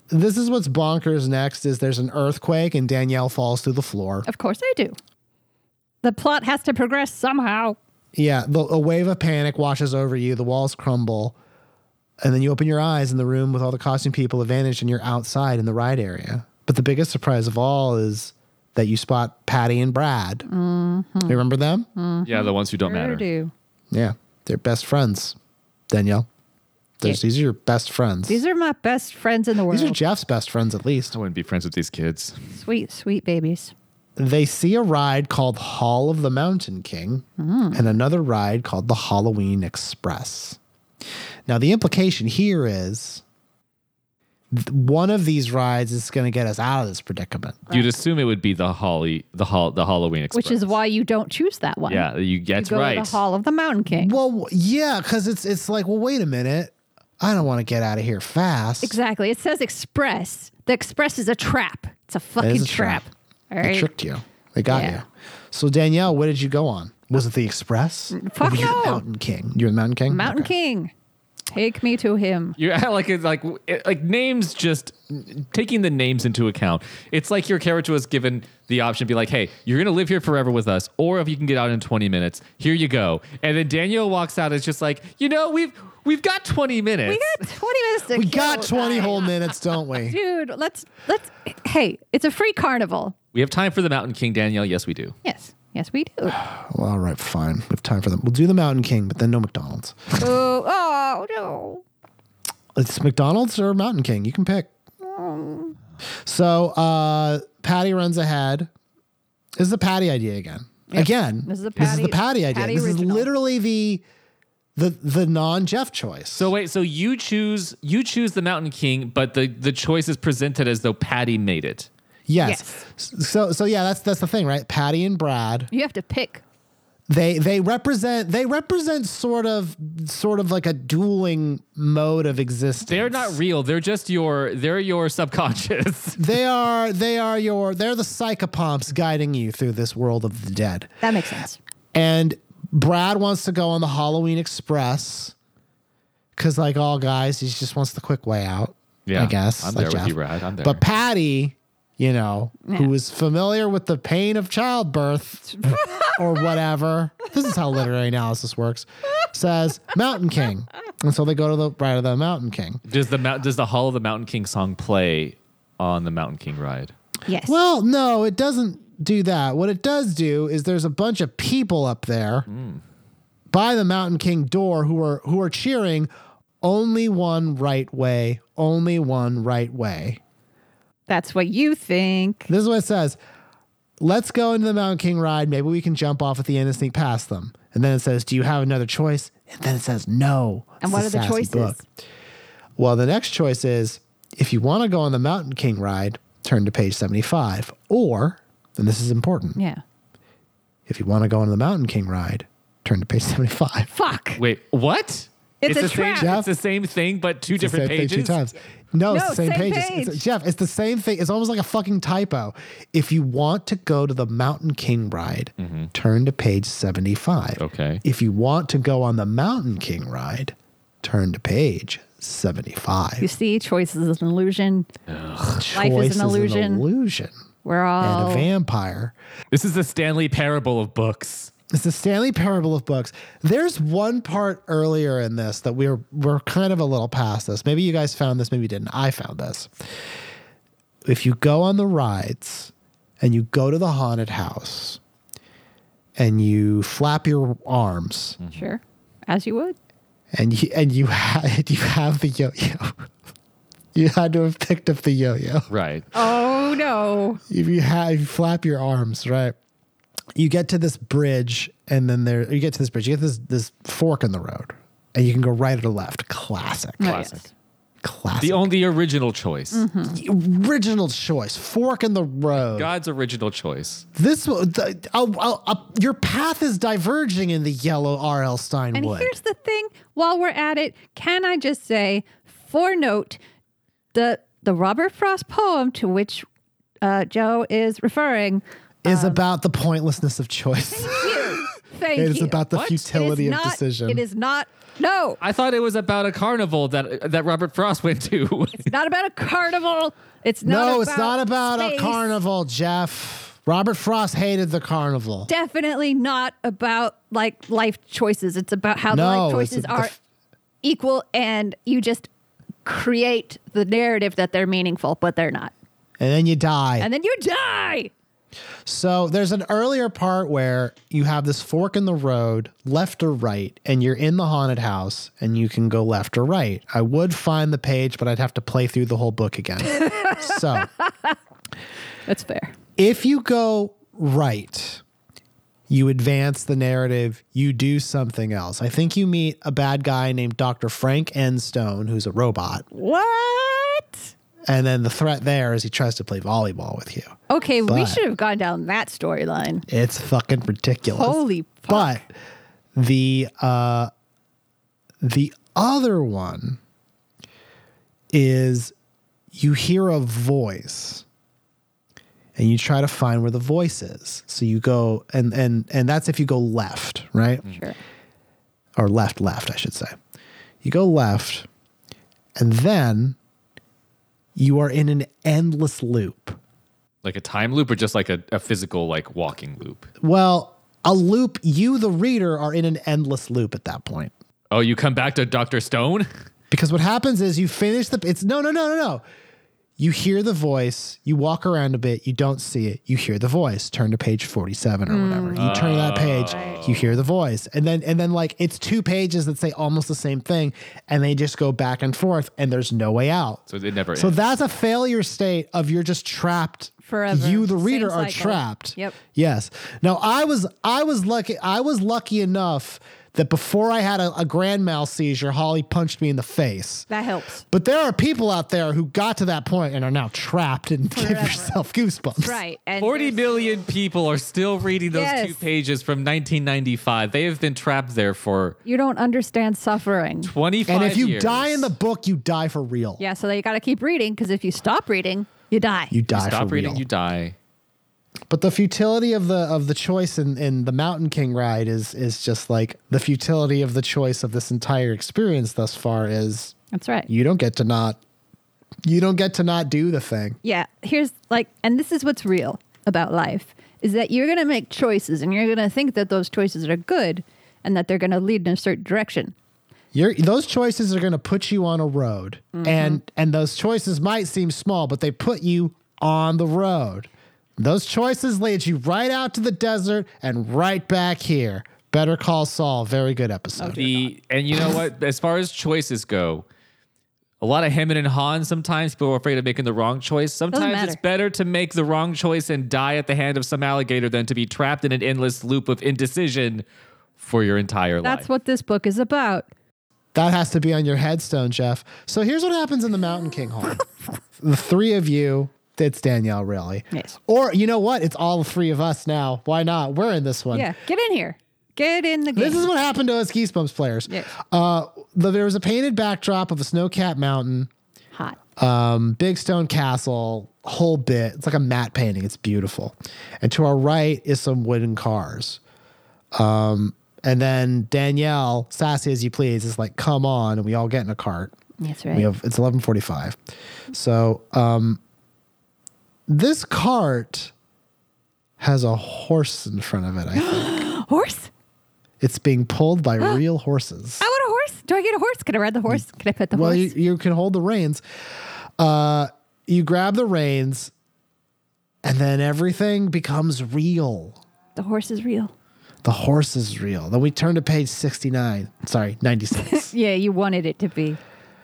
[SPEAKER 6] This is what's bonkers. Next is there's an earthquake and Danielle falls through the floor.
[SPEAKER 5] Of course I do. The plot has to progress somehow.
[SPEAKER 6] Yeah, the, a wave of panic washes over you. The walls crumble. And then you open your eyes, and the room with all the costume people have vanished, and you're outside in the ride area. But the biggest surprise of all is that you spot Patty and Brad.
[SPEAKER 5] Mm-hmm.
[SPEAKER 6] You remember them?
[SPEAKER 4] yeah, the ones who don't matter.
[SPEAKER 5] do.
[SPEAKER 6] Yeah, they're best friends, Danielle. There's, These are your best friends.
[SPEAKER 5] These are my best friends in the world.
[SPEAKER 6] These are Jeff's best friends, at least.
[SPEAKER 4] I wouldn't be friends with these kids.
[SPEAKER 5] sweet, sweet babies.
[SPEAKER 6] They see a ride called Hall of the Mountain King and another ride called the Halloween Express. Now, the implication here is th- one of these rides is going to get us out of this predicament.
[SPEAKER 4] You'd assume it would be the Holly, the hall, the Halloween Express,
[SPEAKER 5] which is why you don't choose that one.
[SPEAKER 4] Yeah, you.
[SPEAKER 5] you
[SPEAKER 4] That's
[SPEAKER 5] go
[SPEAKER 4] right.
[SPEAKER 5] to the Hall of the Mountain King.
[SPEAKER 6] Well, yeah, because it's it's like, well, wait a minute, I don't want to get out of here fast.
[SPEAKER 5] Exactly. It says express. The express is a trap. It's a fucking
[SPEAKER 6] a trap.
[SPEAKER 5] trap. All
[SPEAKER 6] They
[SPEAKER 5] right.
[SPEAKER 6] tricked you. They got
[SPEAKER 5] Yeah.
[SPEAKER 6] you. So Danielle, what did you go on? Was it the Express? Or
[SPEAKER 5] fuck
[SPEAKER 6] were you the
[SPEAKER 5] no.
[SPEAKER 6] Mountain King. You're the Mountain King.
[SPEAKER 5] Mountain
[SPEAKER 6] Okay.
[SPEAKER 5] King. Take me to him.
[SPEAKER 4] You're like it's like it- like names just taking the names into account. It's like your character was given the option to be like, "Hey, you're gonna live here forever with us, or if you can get out in 20 minutes, here you go." And then Daniel walks out. It's just like, you know, we've we've got 20 minutes.
[SPEAKER 5] We got 20 minutes to
[SPEAKER 6] We
[SPEAKER 5] kill,
[SPEAKER 6] got 20
[SPEAKER 5] guys.
[SPEAKER 6] whole minutes, don't we?
[SPEAKER 5] Dude, let's let's hey, it's a free carnival.
[SPEAKER 4] We have time for the Mountain King, Danielle. Yes, we do.
[SPEAKER 5] Yes. Yes, we do.
[SPEAKER 6] Well, all right, fine. We have time for them. We'll do the Mountain King, but then no McDonald's.
[SPEAKER 5] oh, oh no.
[SPEAKER 6] It's McDonald's or Mountain King. You can pick. So uh Patty runs ahead. This is the Patty idea again. Again.
[SPEAKER 5] This is the
[SPEAKER 6] This is the
[SPEAKER 5] Patty-
[SPEAKER 6] Patty idea.
[SPEAKER 5] Patty
[SPEAKER 6] this is
[SPEAKER 5] original.
[SPEAKER 6] literally the the the non-Jeff choice.
[SPEAKER 4] So wait, so you choose you choose the Mountain King, but the the choice is presented as though Patty made it.
[SPEAKER 6] Yes. So so yeah, that's that's the thing, right? Patty and Brad,
[SPEAKER 5] You have to pick.
[SPEAKER 6] they they represent they represent sort of sort of like a dueling mode of existence.
[SPEAKER 4] They're not real. They're just your they're your subconscious.
[SPEAKER 6] They are they are your they're the psychopomps guiding you through this world of the dead.
[SPEAKER 5] That makes sense.
[SPEAKER 6] And Brad wants to go on the Halloween Express because, like all guys, he just wants the quick way out.
[SPEAKER 4] Yeah,
[SPEAKER 6] I guess.
[SPEAKER 4] I'm
[SPEAKER 6] like
[SPEAKER 4] there with you, Brad. I'm there.
[SPEAKER 6] But Patty, you know,
[SPEAKER 5] Yeah.
[SPEAKER 6] who is familiar with the pain of childbirth or whatever, this is how literary analysis works, says Mountain King. And so they go to the ride of the Mountain King.
[SPEAKER 4] Does the mount does the Hall of the Mountain King song play on the Mountain King ride?
[SPEAKER 5] Yes.
[SPEAKER 6] Well, no, it doesn't do that. What it does do is there's a bunch of people up there by the Mountain King door who are who are cheering only one right way, only one right way.
[SPEAKER 5] That's what you think.
[SPEAKER 6] This is what it says. Let's go into the Mountain King ride. Maybe we can jump off at the end and sneak past them. And then it says, Do you have another choice? And then it says, No.
[SPEAKER 5] And what
[SPEAKER 6] It's a
[SPEAKER 5] are the
[SPEAKER 6] sassy
[SPEAKER 5] choices?
[SPEAKER 6] Well, the next choice is if you want to go on the Mountain King ride, turn to page 75. Or, and this is important,
[SPEAKER 5] Yeah.
[SPEAKER 6] if you want to go on the Mountain King ride, turn to page 75.
[SPEAKER 5] Fuck.
[SPEAKER 4] Wait, what?
[SPEAKER 5] It's a
[SPEAKER 4] the same,
[SPEAKER 5] trap.
[SPEAKER 4] It's the same thing, but two
[SPEAKER 6] It's the
[SPEAKER 4] different
[SPEAKER 6] same thing
[SPEAKER 4] pages.
[SPEAKER 6] Two times. No, it's
[SPEAKER 5] No,
[SPEAKER 6] the same,
[SPEAKER 5] same
[SPEAKER 6] pages.
[SPEAKER 5] page.
[SPEAKER 6] It's, Jeff, it's the same thing. It's almost like a fucking typo. If you want to go to the Mountain King ride, turn to page 75.
[SPEAKER 4] Mm-hmm. Okay.
[SPEAKER 6] If you want to go on the Mountain King ride, turn to page 75.
[SPEAKER 5] You see, choice is an illusion. Life
[SPEAKER 6] Choice
[SPEAKER 5] is an illusion. Oh.
[SPEAKER 6] illusion.
[SPEAKER 5] We're
[SPEAKER 6] And
[SPEAKER 5] all
[SPEAKER 6] a vampire.
[SPEAKER 4] This is the Stanley Parable of books.
[SPEAKER 6] It's the Stanley Parable of books. There's one part earlier in this that we're we're kind of a little past this. Maybe you guys found this, maybe you didn't. I found this. If you go on the rides and you go to the haunted house and you flap your arms
[SPEAKER 5] sure as you would.
[SPEAKER 6] and you and you had you have the yo-yo. You had to have picked up the yo-yo.
[SPEAKER 4] Right.
[SPEAKER 5] Oh no.
[SPEAKER 6] if you have if you flap your arms, right? You get to this bridge, and then there you get to this bridge. You get this this fork in the road, and you can go right or left. Classic,
[SPEAKER 5] Classic.
[SPEAKER 6] classic.
[SPEAKER 4] The only original choice.
[SPEAKER 5] Mm-hmm.
[SPEAKER 6] The original choice, fork in the road.
[SPEAKER 4] God's original choice.
[SPEAKER 6] This wa- the, oh, oh, oh, your path is diverging in the yellow R.L. Stein
[SPEAKER 5] And
[SPEAKER 6] wood.
[SPEAKER 5] here's the thing: while we're at it, can I just say, for note, the the Robert Frost poem to which uh, Joe is referring. um,
[SPEAKER 6] is about the pointlessness of choice.
[SPEAKER 5] You. Thank
[SPEAKER 6] It is
[SPEAKER 5] you.
[SPEAKER 6] about the
[SPEAKER 4] What? It is
[SPEAKER 5] It is
[SPEAKER 6] futility
[SPEAKER 5] not-
[SPEAKER 6] of decision.
[SPEAKER 5] It is not. No,
[SPEAKER 4] I thought it was about a carnival that that Robert Frost went to.
[SPEAKER 5] it's not about a carnival. It's not.
[SPEAKER 6] no,
[SPEAKER 5] about
[SPEAKER 6] it's not about
[SPEAKER 5] space.
[SPEAKER 6] a carnival, Jeff. Robert Frost hated the carnival.
[SPEAKER 5] Definitely not about like life choices. It's about how the
[SPEAKER 6] No,
[SPEAKER 5] life
[SPEAKER 6] it's
[SPEAKER 5] choices
[SPEAKER 6] a- the
[SPEAKER 5] are
[SPEAKER 6] f-
[SPEAKER 5] equal, and you just create the narrative that they're meaningful, but they're not.
[SPEAKER 6] and then you die.
[SPEAKER 5] And then you die.
[SPEAKER 6] So there's an earlier part where you have this fork in the road, left or right, and you're in the haunted house and you can go left or right. I would find the page, but I'd have to play through the whole book again. so
[SPEAKER 5] That's fair.
[SPEAKER 6] if you go right, you advance the narrative, you do something else. I think you meet a bad guy named Dr. Frank Enstone, who's a robot.
[SPEAKER 5] What?
[SPEAKER 6] And then the threat there is he tries to play volleyball with you.
[SPEAKER 5] Okay, we
[SPEAKER 6] But-
[SPEAKER 5] should have gone down that storyline.
[SPEAKER 6] It's fucking ridiculous.
[SPEAKER 5] Holy fuck.
[SPEAKER 6] But the uh the other one is you hear a voice and you try to find where the voice is. So you go and and and that's if you go left, right?
[SPEAKER 5] Mm. Sure.
[SPEAKER 6] or left, left, I should say. You go left, and then you are in an endless loop.
[SPEAKER 4] Like a time loop or just like a, a physical like walking loop?
[SPEAKER 6] Well, a loop, you, the reader, are in an endless loop at that point.
[SPEAKER 4] Oh, you come back to Dr. Stone?
[SPEAKER 6] Because what happens is you finish the, it's no, no, no, no, no. You hear the voice, you walk around a bit, you don't see it, you hear the voice, turn to page 47 or whatever. You turn to
[SPEAKER 4] Mm.
[SPEAKER 6] that
[SPEAKER 4] Oh,
[SPEAKER 6] page, you hear the voice. And then and then like it's two pages that say almost the same thing and they just go back and forth and there's no way out.
[SPEAKER 4] So it never
[SPEAKER 6] So
[SPEAKER 4] ends.
[SPEAKER 6] that's a failure state of you're just trapped
[SPEAKER 5] Forever.
[SPEAKER 6] You, the
[SPEAKER 5] Same
[SPEAKER 6] reader, are
[SPEAKER 5] cycle.
[SPEAKER 6] trapped.
[SPEAKER 5] Yep.
[SPEAKER 6] Yes. Now I was I was lucky I was lucky enough that before I had a, a grand mal seizure, Holly punched me in the face.
[SPEAKER 5] That helps.
[SPEAKER 6] But there are people out there who got to that point and are now trapped and give
[SPEAKER 5] Forever.
[SPEAKER 6] yourself goosebumps.
[SPEAKER 5] Right. And
[SPEAKER 4] 40
[SPEAKER 5] there's-
[SPEAKER 4] million people are still reading those
[SPEAKER 5] Yes.
[SPEAKER 4] two pages from 1995. They have been trapped there for
[SPEAKER 5] You don't understand suffering.
[SPEAKER 4] 25
[SPEAKER 6] And if you
[SPEAKER 4] years.
[SPEAKER 6] die in the book, you die for real.
[SPEAKER 5] Yeah, so you got to keep reading because if you stop reading, you die.
[SPEAKER 6] You die
[SPEAKER 4] Stop
[SPEAKER 6] for
[SPEAKER 4] reading,
[SPEAKER 6] real.
[SPEAKER 4] you die.
[SPEAKER 6] But the futility of the of the choice in, in the Mountain King ride is is just like the futility of the choice of this entire experience thus far is
[SPEAKER 5] That's right.
[SPEAKER 6] you don't get to not you don't get to not do the thing.
[SPEAKER 5] yeah here's like and this is what's real about life is that you're going to make choices and you're going to think that those choices are good and that they're going to lead in a certain direction
[SPEAKER 6] Your those choices are going to put you on a road,
[SPEAKER 5] Mm-hmm.
[SPEAKER 6] and and those choices might seem small, but they put you on the road. Those choices lead you right out to the desert and right back here. Better Call Saul, very good episode.
[SPEAKER 4] The and you know what? As far as choices go, a lot of hemming and hawing. Sometimes people are afraid of making the wrong choice. Sometimes it's
[SPEAKER 5] matter.
[SPEAKER 4] better to make the wrong choice and die at the hand of some alligator than to be trapped in an endless loop of indecision for your entire
[SPEAKER 5] that's
[SPEAKER 4] life.
[SPEAKER 5] what this book is about
[SPEAKER 6] That has to be on your headstone, Jeff. So here's what happens in the Mountain King Hall. the three of you, it's Danielle, really.
[SPEAKER 5] Yes.
[SPEAKER 6] Or you know what? It's all three of us now. Why not? We're in this one.
[SPEAKER 5] yeah get in here get in the game
[SPEAKER 6] This is what happened to us Goosebumps players.
[SPEAKER 5] Yes.
[SPEAKER 6] Uh, the, there was a painted backdrop of a snow-capped mountain,
[SPEAKER 5] hot
[SPEAKER 6] um, big stone castle, whole bit. It's like a matte painting. It's beautiful. And to our right is some wooden cars. Um, and then Danielle, sassy as you please, is like, "Come on!" And we all get in a cart.
[SPEAKER 5] that's
[SPEAKER 6] We
[SPEAKER 5] right
[SPEAKER 6] have it's eleven forty five. So um this cart has a horse in front of it, I think.
[SPEAKER 5] horse
[SPEAKER 6] it's being pulled by real horses.
[SPEAKER 5] i want a horse do i get a horse can i ride the horse can i pet the
[SPEAKER 6] Well,
[SPEAKER 5] horse
[SPEAKER 6] you, you can hold the reins. Uh you grab the reins and then everything becomes real.
[SPEAKER 5] the horse is real
[SPEAKER 6] The horse is real. Then we turn to page 69. Sorry, 96.
[SPEAKER 5] yeah you wanted it to be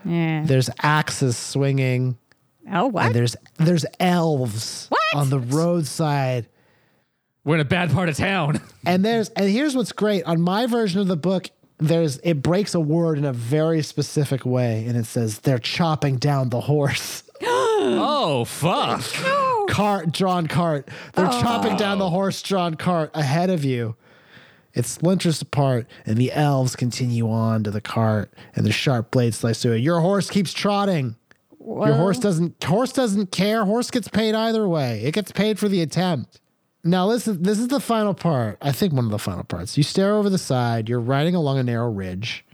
[SPEAKER 5] yeah
[SPEAKER 6] There's axes swinging.
[SPEAKER 5] oh what
[SPEAKER 6] And there's there's elves
[SPEAKER 5] What?
[SPEAKER 6] on the roadside
[SPEAKER 4] We're in a bad part of town.
[SPEAKER 6] And there's and here's what's great on my version of the book. There's it breaks a word in a very specific way, and it says they're chopping down the horse.
[SPEAKER 4] oh fuck!
[SPEAKER 6] Cart drawn cart. They're chopping down the horse drawn cart ahead of you. It splinters apart, and the elves continue on to the cart, and the sharp blades slice through it. Your horse keeps trotting. Your horse doesn't horse doesn't care. Horse gets paid either way. It gets paid for the attempt. Now listen, this is the final part. I think one of the final parts. You stare over the side, you're riding along a narrow ridge,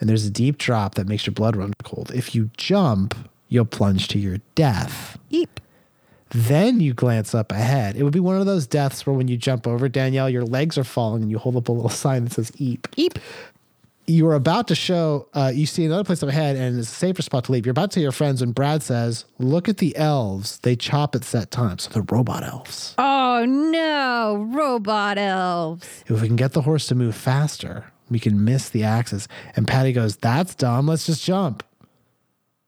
[SPEAKER 6] and there's a deep drop that makes your blood run cold. If you jump, you'll plunge to your death.
[SPEAKER 5] eep
[SPEAKER 6] Then you glance up ahead. It would be one of those deaths where when you jump over, Danielle, your legs are falling and you hold up a little sign that says eep
[SPEAKER 5] eep
[SPEAKER 6] you are about to show, uh, you see another place up ahead and it's a safer spot to leave. You're about to tell your friends when Brad says, Look at the elves. They chop at set times. So they're robot elves.
[SPEAKER 5] oh no robot elves
[SPEAKER 6] If we can get the horse to move faster, we can miss the axes. And Patty goes, That's dumb. Let's just jump.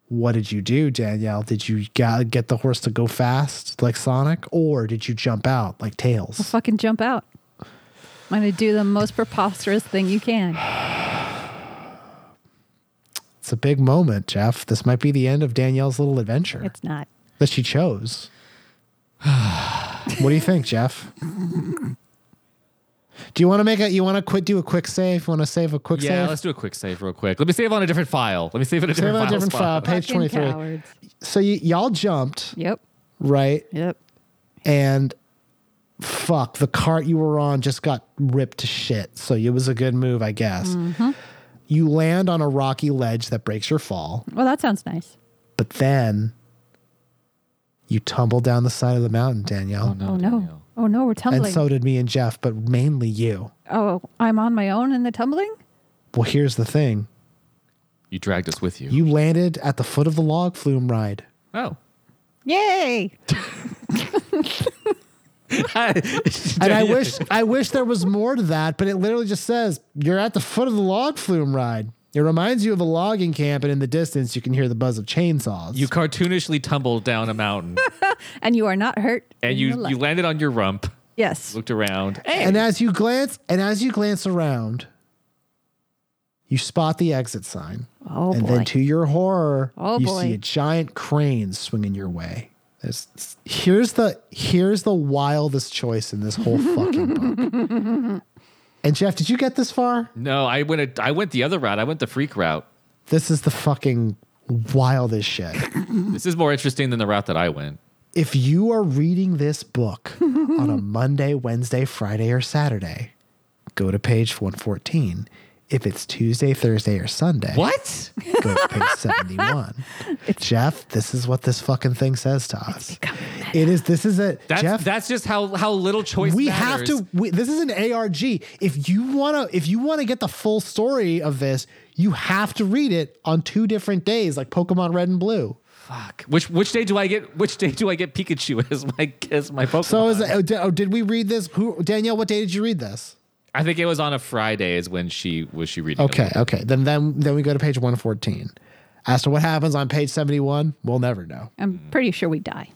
[SPEAKER 6] What did you do, Danielle? Did you ga- get the horse to go fast like Sonic or did you jump out like Tails?
[SPEAKER 5] fucking jump out. I'm going to do the most preposterous thing you can.
[SPEAKER 6] It's a big moment, Jeff. This might be the end of Danielle's little adventure
[SPEAKER 5] It's not.
[SPEAKER 6] that she chose. what do you think, Jeff? Do you want to make a? You want to quit? Do a quick save? Want to save a quick
[SPEAKER 4] Yeah,
[SPEAKER 6] save?
[SPEAKER 4] let's do a quick save real quick. Let me save on a different file. Let me save it on a
[SPEAKER 6] Save
[SPEAKER 4] different,
[SPEAKER 6] on a different file.
[SPEAKER 4] file.
[SPEAKER 6] Page twenty
[SPEAKER 5] Fucking
[SPEAKER 6] three.
[SPEAKER 5] cowards.
[SPEAKER 6] So y- y'all jumped
[SPEAKER 5] Yep.
[SPEAKER 6] right,
[SPEAKER 5] Yep.
[SPEAKER 6] and fuck, the cart you were on just got ripped to shit. So it was a good move, I guess.
[SPEAKER 5] Mm-hmm.
[SPEAKER 6] You land on a rocky ledge that breaks your fall.
[SPEAKER 5] Well, that sounds nice.
[SPEAKER 6] But then you tumble down the side of the mountain, Danielle.
[SPEAKER 5] Oh, no. Oh no, we're tumbling.
[SPEAKER 6] and so did me and Jeff, but mainly you.
[SPEAKER 5] oh, I'm on my own in the tumbling?
[SPEAKER 6] Well, here's the thing
[SPEAKER 4] You dragged us with you.
[SPEAKER 6] you landed at the foot of the log flume ride.
[SPEAKER 4] oh.
[SPEAKER 5] Yay!
[SPEAKER 6] And I wish I wish there was more to that, but it literally just says you're at the foot of the log flume ride. It reminds you of a logging camp, and in the distance you can hear the buzz of chainsaws.
[SPEAKER 4] you cartoonishly tumbled down a mountain
[SPEAKER 5] And you are not hurt.
[SPEAKER 4] and
[SPEAKER 5] in the
[SPEAKER 4] you,
[SPEAKER 5] leg.
[SPEAKER 4] you landed on your rump,
[SPEAKER 5] Yes.
[SPEAKER 4] looked around. Hey,
[SPEAKER 6] and as you glance and as you glance around, you spot the exit sign.
[SPEAKER 5] Oh
[SPEAKER 6] and
[SPEAKER 5] boy.
[SPEAKER 6] then to your horror,
[SPEAKER 5] Oh,
[SPEAKER 6] you
[SPEAKER 5] boy.
[SPEAKER 6] see a giant crane swinging your way. There's- here's the here's the wildest choice in this whole fucking book. And Jeff, did you get this far?
[SPEAKER 4] no, I went a, I went the other route. I went the freak route.
[SPEAKER 6] This is the fucking wildest shit.
[SPEAKER 4] This is more interesting than the route that I went.
[SPEAKER 6] if you are reading this book on a Monday, Wednesday, Friday, or Saturday, go to page 114. If it's Tuesday, Thursday, or Sunday,
[SPEAKER 4] What?
[SPEAKER 6] go to page 71. Jeff, this is what this fucking thing says to us. It is, this is a,
[SPEAKER 4] That's
[SPEAKER 6] Jeff,
[SPEAKER 4] that's just how how little choice
[SPEAKER 6] we
[SPEAKER 4] matters.
[SPEAKER 6] have to, we, this is an ARG. If you want to, if you want to get the full story of this, you have to read it on two different days, like Pokemon Red and Blue.
[SPEAKER 4] Fuck. Which which day do I get which day do I get Pikachu as my as my Pokemon?
[SPEAKER 6] So is, oh, di- oh, did we read this? Who, Danielle, what day did you read this?
[SPEAKER 4] I think it was on a Friday is when she was she reading.
[SPEAKER 6] Okay, okay. Then then then we go to page 114. As to what happens on page 71, we'll never know.
[SPEAKER 5] I'm pretty sure we die.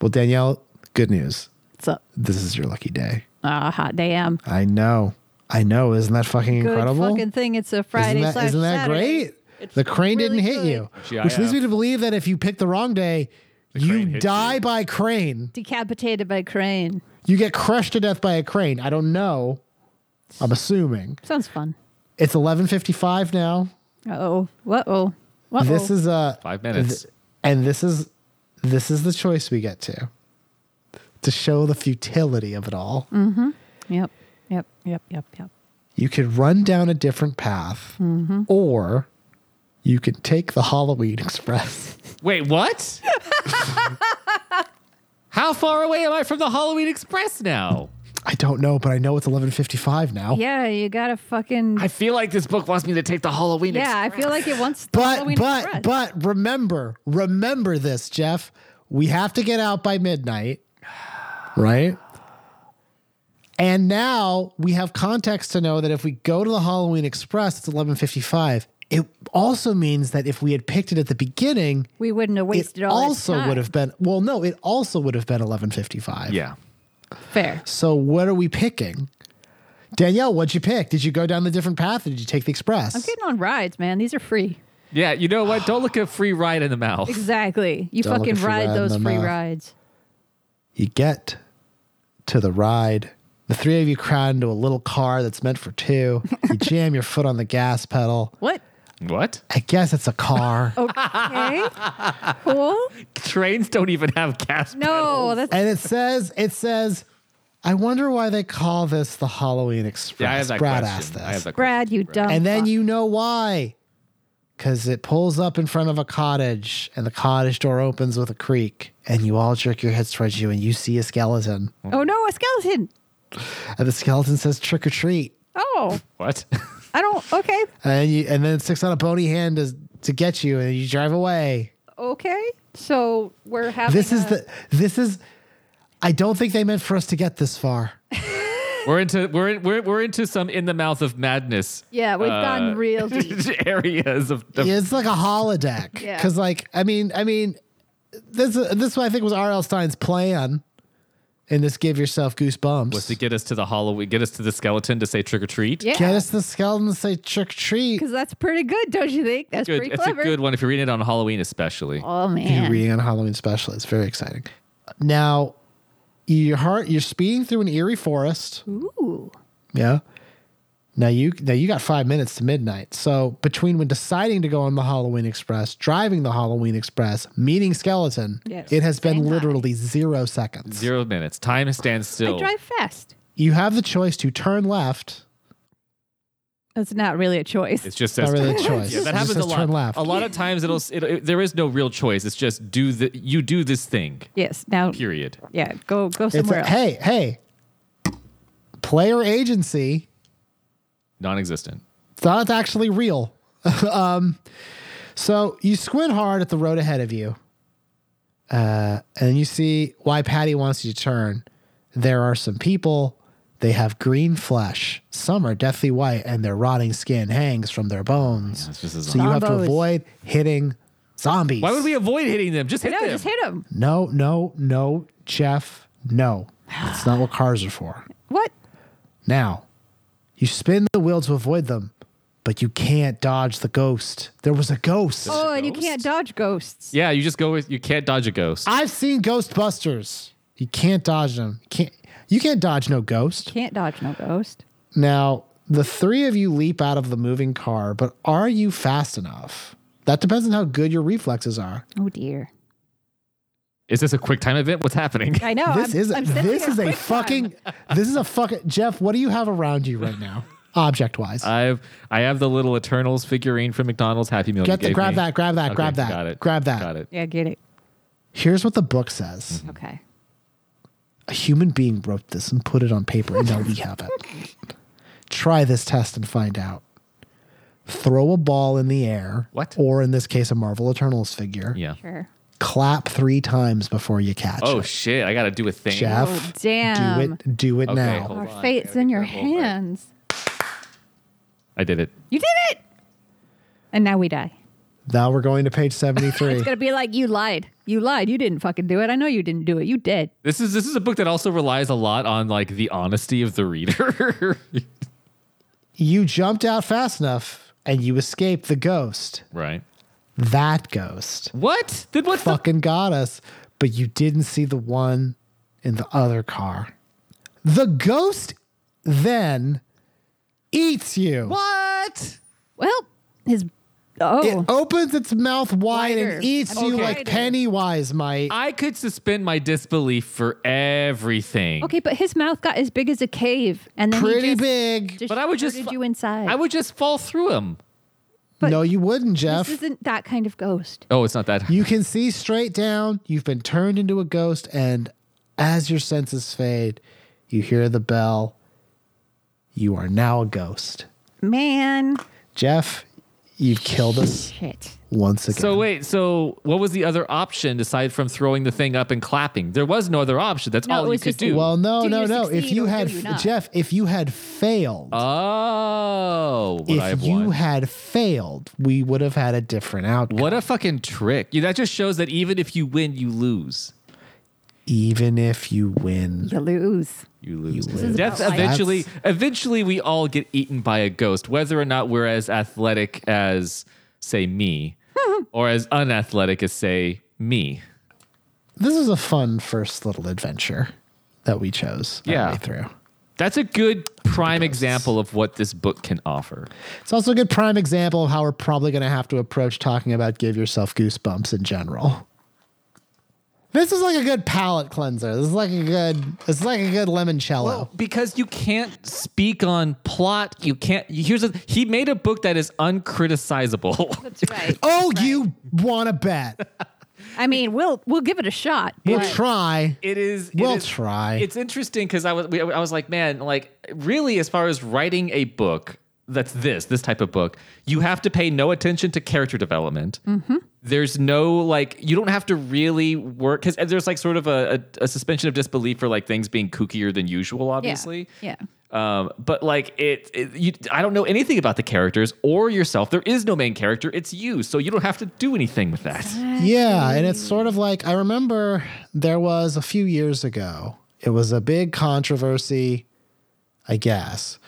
[SPEAKER 6] Well, Danielle, good news.
[SPEAKER 5] What's up?
[SPEAKER 6] This is your lucky day.
[SPEAKER 5] Ah, hot damn.
[SPEAKER 6] I know. I know. Isn't that fucking
[SPEAKER 5] Good
[SPEAKER 6] incredible?
[SPEAKER 5] fucking thing. It's a Friday
[SPEAKER 6] isn't that,
[SPEAKER 5] slash
[SPEAKER 6] isn't that
[SPEAKER 5] Saturday.
[SPEAKER 6] great? the crane
[SPEAKER 5] really
[SPEAKER 6] didn't hit
[SPEAKER 5] good.
[SPEAKER 6] you.
[SPEAKER 4] Gee, I
[SPEAKER 6] which leads
[SPEAKER 4] have-
[SPEAKER 6] me to believe that if you pick the wrong day,
[SPEAKER 4] crane
[SPEAKER 6] you
[SPEAKER 4] hit
[SPEAKER 6] die
[SPEAKER 4] you.
[SPEAKER 6] by crane.
[SPEAKER 5] Decapitated by crane.
[SPEAKER 6] You get crushed to death by a crane. I don't know. I'm assuming.
[SPEAKER 5] Sounds fun.
[SPEAKER 6] It's 11:55 now.
[SPEAKER 5] Uh-oh. Whoa. Whoa.
[SPEAKER 6] This is a
[SPEAKER 4] Five minutes.
[SPEAKER 6] th- and this is this is the choice we get to to show the futility of it all.
[SPEAKER 5] Yep. Yep. Yep. Yep. Yep.
[SPEAKER 6] You could run down a different path, or you could take the Halloween Express.
[SPEAKER 4] Wait, what? How far away am I from the Halloween Express now?
[SPEAKER 6] I don't know, but I know it's 11:55 now.
[SPEAKER 5] Yeah, you gotta fucking
[SPEAKER 4] I feel like this book wants me to take the Halloween
[SPEAKER 5] Yeah, I
[SPEAKER 4] Express.
[SPEAKER 5] feel like it wants the
[SPEAKER 6] But
[SPEAKER 5] Halloween
[SPEAKER 6] but
[SPEAKER 5] Express.
[SPEAKER 6] but remember, remember this, Jeff. We have to get out by midnight, right? And now we have context to know that if we go to the Halloween Express, it's eleven fifty-five. It also means that if we had picked it at the beginning,
[SPEAKER 5] we wouldn't have wasted
[SPEAKER 6] it
[SPEAKER 5] all this
[SPEAKER 6] also
[SPEAKER 5] time.
[SPEAKER 6] would have been. Well, no, it also would have been eleven fifty-five.
[SPEAKER 4] Yeah.
[SPEAKER 5] fair.
[SPEAKER 6] So what are we picking? Danielle, what'd you pick? Did you go down the different path, or did you take the express?
[SPEAKER 5] I'm getting on rides, man. These are free.
[SPEAKER 4] Yeah, you know what? Don't look a free ride in the mouth.
[SPEAKER 5] Exactly. You
[SPEAKER 6] Don't look
[SPEAKER 5] fucking
[SPEAKER 6] if you're
[SPEAKER 5] ride
[SPEAKER 6] riding
[SPEAKER 5] those
[SPEAKER 6] them
[SPEAKER 5] free
[SPEAKER 6] off.
[SPEAKER 5] rides.
[SPEAKER 6] You get to the ride. The three of you crowd into a little car that's meant for two. You jam your foot on the gas pedal.
[SPEAKER 5] What?
[SPEAKER 4] What?
[SPEAKER 6] I guess it's a car.
[SPEAKER 5] Okay. cool.
[SPEAKER 4] Trains don't even have gas.
[SPEAKER 5] No, that's
[SPEAKER 6] And it says, it says, I wonder why they call this the Halloween Express.
[SPEAKER 4] Yeah, I have that
[SPEAKER 6] Brad
[SPEAKER 4] question.
[SPEAKER 6] asked this.
[SPEAKER 4] I have that
[SPEAKER 5] Brad, you dumb.
[SPEAKER 6] and then
[SPEAKER 5] Oh, fuck.
[SPEAKER 6] you know why. Because it pulls up in front of a cottage, and the cottage door opens with a creak, and you all jerk your heads towards you, and you see a skeleton.
[SPEAKER 5] Oh no, a skeleton.
[SPEAKER 6] And the skeleton says, trick or treat.
[SPEAKER 5] Oh,
[SPEAKER 4] What?
[SPEAKER 5] I don't. Okay.
[SPEAKER 6] and you and then it sticks out a bony hand to, to get you and you drive away
[SPEAKER 5] Okay. So we're having.
[SPEAKER 6] this is
[SPEAKER 5] a-
[SPEAKER 6] the this is i don't think they meant for us to get this far
[SPEAKER 4] we're into we're in, we're we're into some in the mouth of madness. uh,
[SPEAKER 5] Yeah, we've gone real deep.
[SPEAKER 4] areas of, of
[SPEAKER 6] it's like a holodeck
[SPEAKER 5] Yeah.
[SPEAKER 6] because like i mean i mean this this i think was rl stein's plan and just give yourself goosebumps.
[SPEAKER 4] was to get us to the Halloween, get us to the skeleton to say trick or treat.
[SPEAKER 5] Yeah.
[SPEAKER 6] Get us the skeleton to say trick treat.
[SPEAKER 5] Because that's pretty good, don't you think? That's
[SPEAKER 4] good.
[SPEAKER 5] pretty
[SPEAKER 4] It's a
[SPEAKER 5] clever.
[SPEAKER 4] good one if you're reading it on Halloween, especially.
[SPEAKER 5] Oh,
[SPEAKER 6] You're
[SPEAKER 5] man.
[SPEAKER 6] reading on a Halloween special. It's very exciting. Now, your heart, you're speeding through an eerie forest.
[SPEAKER 5] Ooh.
[SPEAKER 6] Yeah. Now you now you got five minutes to midnight. So between when deciding to go on the Halloween Express, driving the Halloween Express, meeting skeleton,
[SPEAKER 5] Yes.
[SPEAKER 6] it has been
[SPEAKER 5] Same
[SPEAKER 6] literally zero seconds.
[SPEAKER 4] Zero minutes. Time stands
[SPEAKER 5] I
[SPEAKER 4] still.
[SPEAKER 5] drive fast.
[SPEAKER 6] You have the choice to turn left.
[SPEAKER 5] That's not really a choice.
[SPEAKER 4] It's just
[SPEAKER 6] Not
[SPEAKER 4] says
[SPEAKER 6] really a choice.
[SPEAKER 4] Yeah,
[SPEAKER 6] It just
[SPEAKER 4] that happens
[SPEAKER 6] says
[SPEAKER 4] a lot.
[SPEAKER 6] Turn left.
[SPEAKER 4] A lot of times, it'll, it, it there is no real choice. It's just do the you do this thing.
[SPEAKER 5] yes. Now,
[SPEAKER 4] Period.
[SPEAKER 5] yeah, go go
[SPEAKER 6] It's
[SPEAKER 5] somewhere
[SPEAKER 6] a,
[SPEAKER 5] else.
[SPEAKER 6] hey hey. Player agency.
[SPEAKER 4] Non-existent.
[SPEAKER 6] It's not actually real. um, so you squint hard at the road ahead of you, uh, and you see why Patty wants you to turn. There are some people. They have green flesh. Some are deathly white, and their rotting skin hangs from their bones.
[SPEAKER 4] That's just a
[SPEAKER 6] so you have to
[SPEAKER 5] Zombos.
[SPEAKER 6] avoid hitting zombies.
[SPEAKER 4] Why would we avoid hitting them? Just hit
[SPEAKER 5] No,
[SPEAKER 4] them.
[SPEAKER 5] just hit him.
[SPEAKER 6] No, no, no, Jeff. No, that's not what cars are for.
[SPEAKER 5] What?
[SPEAKER 6] Now, you spin the wheel to avoid them, but you can't dodge the ghost. There was a ghost.
[SPEAKER 5] Oh, and you can't dodge ghosts.
[SPEAKER 4] yeah, you just go with. You can't dodge a ghost.
[SPEAKER 6] I've seen Ghostbusters. You can't dodge them. You can't you can't dodge no ghost.
[SPEAKER 5] Can't dodge no ghost.
[SPEAKER 6] Now, the three of you leap out of the moving car, but are you fast enough? That depends on how good your reflexes are.
[SPEAKER 5] Oh dear.
[SPEAKER 4] Is this a quick time event? What's happening?
[SPEAKER 5] I know.
[SPEAKER 6] this
[SPEAKER 5] Oh, I'm,
[SPEAKER 6] is
[SPEAKER 5] I'm sensing
[SPEAKER 6] this is a
[SPEAKER 5] quick
[SPEAKER 6] fucking
[SPEAKER 5] time.
[SPEAKER 6] this is a fucking Jeff, what do you have around you right now? Object wise.
[SPEAKER 4] I've I have the little Eternals figurine from McDonald's Happy Meal.
[SPEAKER 6] Get
[SPEAKER 4] you
[SPEAKER 6] the
[SPEAKER 4] gave
[SPEAKER 6] grab
[SPEAKER 4] me.
[SPEAKER 6] that, grab that,
[SPEAKER 4] Okay,
[SPEAKER 6] grab that.
[SPEAKER 4] Got it.
[SPEAKER 6] Grab that.
[SPEAKER 4] Got it. Mm-hmm.
[SPEAKER 5] Yeah, get it.
[SPEAKER 6] Here's what the book says.
[SPEAKER 5] Okay.
[SPEAKER 6] A human being wrote this and put it on paper, and now we have it. Try this test and find out. Throw a ball in the air,
[SPEAKER 4] What?
[SPEAKER 6] or in this case, a Marvel Eternals figure.
[SPEAKER 4] Yeah.
[SPEAKER 5] Sure.
[SPEAKER 6] Clap three times before you catch
[SPEAKER 4] Oh
[SPEAKER 6] it.
[SPEAKER 4] shit! I gotta do a thing.
[SPEAKER 6] Jeff,
[SPEAKER 5] Oh, damn.
[SPEAKER 6] do it, do it
[SPEAKER 4] Okay,
[SPEAKER 6] now.
[SPEAKER 4] hold
[SPEAKER 5] Our
[SPEAKER 4] on, I
[SPEAKER 5] fate's
[SPEAKER 4] gotta
[SPEAKER 5] in
[SPEAKER 4] be
[SPEAKER 5] your
[SPEAKER 4] careful, but-
[SPEAKER 5] hands.
[SPEAKER 4] I did it.
[SPEAKER 5] You did it. And now we die.
[SPEAKER 6] Now we're going to page seventy-three.
[SPEAKER 5] It's gonna be like you lied. You lied. You didn't fucking do it. I know you didn't do it. You did.
[SPEAKER 4] This is this is a book that also relies a lot on like the honesty of the reader.
[SPEAKER 6] you jumped out fast enough, and you escaped the ghost.
[SPEAKER 4] right.
[SPEAKER 6] That ghost
[SPEAKER 4] What? Then what the
[SPEAKER 6] fucking got us, but you didn't see the one in the other car. The ghost then eats you.
[SPEAKER 4] what?
[SPEAKER 5] Well, his. Oh,
[SPEAKER 6] It opens its mouth wide
[SPEAKER 5] Wider.
[SPEAKER 6] and eats you
[SPEAKER 4] Okay.
[SPEAKER 6] like Pennywise might.
[SPEAKER 4] I could suspend my disbelief for everything.
[SPEAKER 5] okay, but his mouth got as big as a cave, and then he
[SPEAKER 6] Pretty
[SPEAKER 5] just-
[SPEAKER 6] big.
[SPEAKER 5] just
[SPEAKER 4] But I would just
[SPEAKER 5] shorted
[SPEAKER 4] fu-
[SPEAKER 5] you inside.
[SPEAKER 4] I would just fall through him.
[SPEAKER 5] but-
[SPEAKER 6] no, you wouldn't, Jeff.
[SPEAKER 5] This isn't that kind of ghost.
[SPEAKER 4] Oh, it's not that.
[SPEAKER 6] you can see straight down. You've been turned into a ghost, and as your senses fade, you hear the bell. You are now a ghost.
[SPEAKER 5] Man,
[SPEAKER 6] Jeff, you've killed us
[SPEAKER 5] shit.
[SPEAKER 6] once again.
[SPEAKER 4] so wait. So what was the other option aside from throwing the thing up and clapping? There was no other option. That's
[SPEAKER 5] No,
[SPEAKER 4] all
[SPEAKER 5] it
[SPEAKER 4] you
[SPEAKER 5] was
[SPEAKER 4] could
[SPEAKER 5] just-
[SPEAKER 4] do.
[SPEAKER 6] Well, no,
[SPEAKER 5] Do
[SPEAKER 6] no,
[SPEAKER 5] you
[SPEAKER 6] no.
[SPEAKER 5] succeed
[SPEAKER 6] If you
[SPEAKER 5] or do
[SPEAKER 6] had
[SPEAKER 5] you not?
[SPEAKER 6] Jeff, if you had failed,
[SPEAKER 4] oh, what
[SPEAKER 6] if
[SPEAKER 4] I've
[SPEAKER 6] you
[SPEAKER 4] won.
[SPEAKER 6] had failed, we would have had a different outcome.
[SPEAKER 4] what a fucking trick! Yeah, that just shows that even if you win, you lose.
[SPEAKER 6] Even if you win,
[SPEAKER 5] You lose.
[SPEAKER 4] You lose.
[SPEAKER 5] is
[SPEAKER 4] Death
[SPEAKER 5] about life.
[SPEAKER 4] eventually eventually we all get eaten by a ghost, whether or not we're as athletic as say me or as unathletic as say me.
[SPEAKER 6] this is a fun first little adventure that we chose. our
[SPEAKER 4] Yeah.
[SPEAKER 6] way through.
[SPEAKER 4] That's a good prime example of what this book can offer.
[SPEAKER 6] It's also a good prime example of how we're probably going to have to approach talking about give yourself goosebumps in general. This is like a good palate cleanser. This is like a good. It's like a good limoncello.
[SPEAKER 4] because you can't speak on plot, you can't here's a he made a book that is uncriticizable.
[SPEAKER 5] That's right.
[SPEAKER 6] oh, you want to bet?
[SPEAKER 5] I mean, we'll we'll give it a shot.
[SPEAKER 6] We'll
[SPEAKER 5] but-
[SPEAKER 6] try.
[SPEAKER 4] It is. it
[SPEAKER 6] We'll
[SPEAKER 4] is-
[SPEAKER 6] try.
[SPEAKER 4] It's interesting because I was we, I was like, man, like really, as far as writing a book that's this this type of book, you have to pay no attention to character development.
[SPEAKER 6] Mm-hmm.
[SPEAKER 4] There's no like you don't have to really work because there's like sort of a, a, a suspension of disbelief for like things being kookier than usual,
[SPEAKER 5] yeah,
[SPEAKER 4] obviously.
[SPEAKER 5] Yeah.
[SPEAKER 4] Um, but like it, it you, I don't know anything about the characters or yourself. There is no main character; it's you, so you don't have to do anything with that.
[SPEAKER 6] Yeah, and it's sort of like I remember there was a few years ago. It was a big controversy, I guess,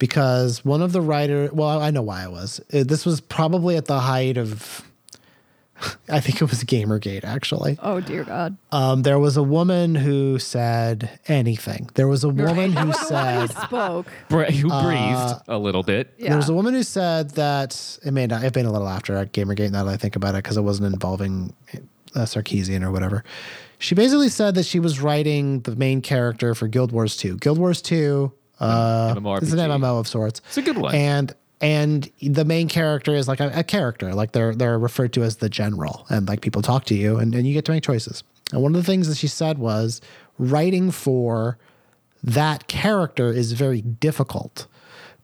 [SPEAKER 6] because one of the writer. Well, I know why it was. Uh, This was probably at the height of. I think it was Gamergate, actually.
[SPEAKER 5] Oh dear God.
[SPEAKER 6] Um, there was a woman who said anything. There was a woman who
[SPEAKER 5] Who
[SPEAKER 6] said
[SPEAKER 5] spoke?
[SPEAKER 4] Br- who
[SPEAKER 6] Uh,
[SPEAKER 4] breathed a little bit.
[SPEAKER 5] Yeah.
[SPEAKER 6] There was a woman who said that it may not have been a little after Gamergate now that I think about it because it wasn't involving uh, Sarkeesian or whatever. She basically said that she was writing the main character for Guild Wars 2. Guild Wars 2 uh,
[SPEAKER 4] MMORPG.
[SPEAKER 6] is an MMO of sorts.
[SPEAKER 4] It's a good one.
[SPEAKER 6] And and the main character is like a, a character, like they're they're referred to as the general, and like people talk to you, and, and you get to make choices. And one of the things that she said was writing for that character is very difficult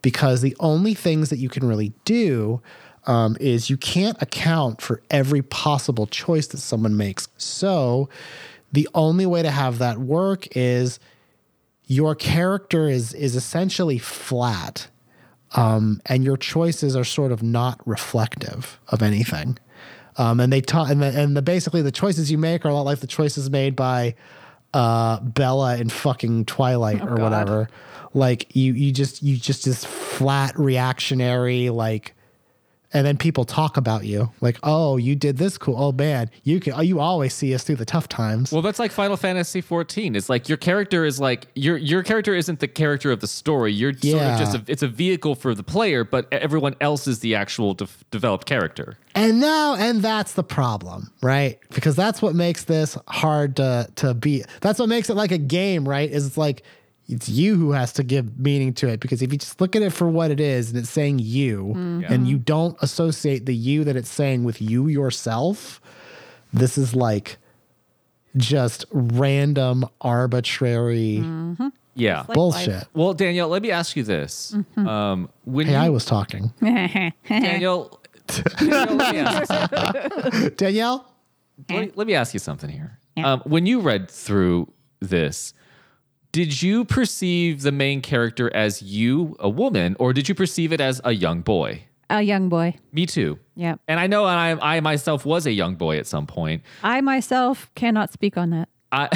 [SPEAKER 6] because the only things that you can really do um, is you can't account for every possible choice that someone makes. So the only way to have that work is your character is is essentially flat um, and your choices are sort of not reflective of anything. Um, and they taught, and, the, and the basically the choices you make are a lot like the choices made by uh, Bella in fucking Twilight or whatever. Like you, you just you just this flat reactionary like. And then people talk about you like, "Oh, you did this cool. Oh man, you can. You always see us through the tough times."
[SPEAKER 4] Well, that's like Final Fantasy 14. It's like your character is like your your character isn't the character of the story. You're sort
[SPEAKER 6] Yeah.
[SPEAKER 4] of just a, it's a vehicle for the player, but e, everyone else is the actual de- developed character.
[SPEAKER 6] And now, and that's the problem, right? Because that's what makes this hard to to beat. That's what makes it like a game, right? Is it's like it's you who has to give meaning to it. Because if you just look at it for what it is, and it's saying you, and you don't associate the you that it's saying with you yourself, this is like just random, arbitrary
[SPEAKER 4] Yeah.
[SPEAKER 6] bullshit.
[SPEAKER 4] well, Danielle, let me ask you this. Um, when
[SPEAKER 6] Mm-hmm. Hey, I
[SPEAKER 4] you-
[SPEAKER 6] was talking,
[SPEAKER 4] Danielle, Danielle, let, me ask you something.
[SPEAKER 6] Danielle.
[SPEAKER 4] Let- let me ask you something here. Um, when you read through this, did you perceive the main character as you, a woman, or did you perceive it as a young boy?
[SPEAKER 5] A young boy.
[SPEAKER 4] Me too.
[SPEAKER 5] Yep.
[SPEAKER 4] And I know I, I myself was a young boy at some point.
[SPEAKER 5] I myself cannot speak on that.
[SPEAKER 4] I,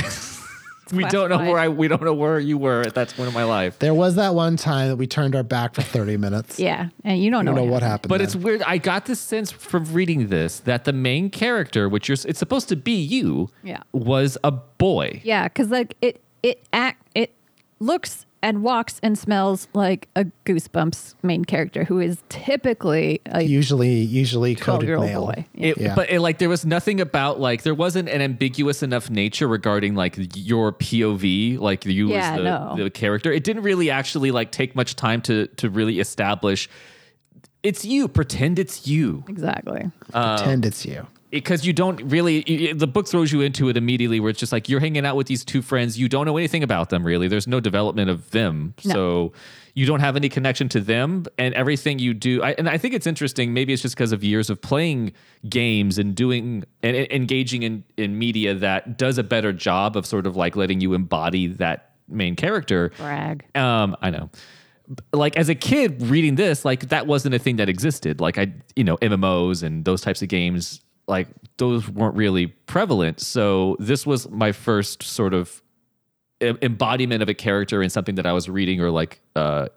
[SPEAKER 4] we don't know where
[SPEAKER 5] classified.
[SPEAKER 4] I we don't know where you were at that point in my life.
[SPEAKER 6] There was that one time that we turned our back for thirty minutes.
[SPEAKER 5] Yeah. And you don't
[SPEAKER 6] I
[SPEAKER 5] know,
[SPEAKER 6] don't know what happened.
[SPEAKER 4] But
[SPEAKER 6] then.
[SPEAKER 4] it's weird. I got this sense from reading this that the main character, which you're, it's supposed to be you,
[SPEAKER 5] Yeah.
[SPEAKER 4] was a boy.
[SPEAKER 5] Yeah, because like it it act it looks and walks and smells like a Goosebumps main character who is typically a
[SPEAKER 6] usually usually
[SPEAKER 5] twelve
[SPEAKER 6] coded
[SPEAKER 5] year old
[SPEAKER 6] male.
[SPEAKER 5] boy. Yeah.
[SPEAKER 4] It,
[SPEAKER 6] Yeah.
[SPEAKER 4] But it, like there was nothing about like there wasn't an ambiguous enough nature regarding like your POV, like you
[SPEAKER 5] Yeah,
[SPEAKER 4] as the,
[SPEAKER 5] no.
[SPEAKER 4] the character. It didn't really actually like take much time to to really establish. It's you. Pretend it's you.
[SPEAKER 5] exactly.
[SPEAKER 6] Pretend it's you.
[SPEAKER 4] because you don't really y- y- the book throws you into it immediately where it's just like you're hanging out with these two friends you don't know anything about them really there's no development of them
[SPEAKER 5] No.
[SPEAKER 4] so you don't have any connection to them and everything you do I, and i think it's interesting maybe it's just because of years of playing games and doing and, and engaging in in media that does a better job of sort of like letting you embody that main character
[SPEAKER 5] Brag.
[SPEAKER 4] um, I know. B- Like as a kid reading this, like that wasn't a thing that existed. Like I, you know, MMOs and those types of games, like those weren't really prevalent. So this was my first sort of em- embodiment of a character in something that I was reading or like uh,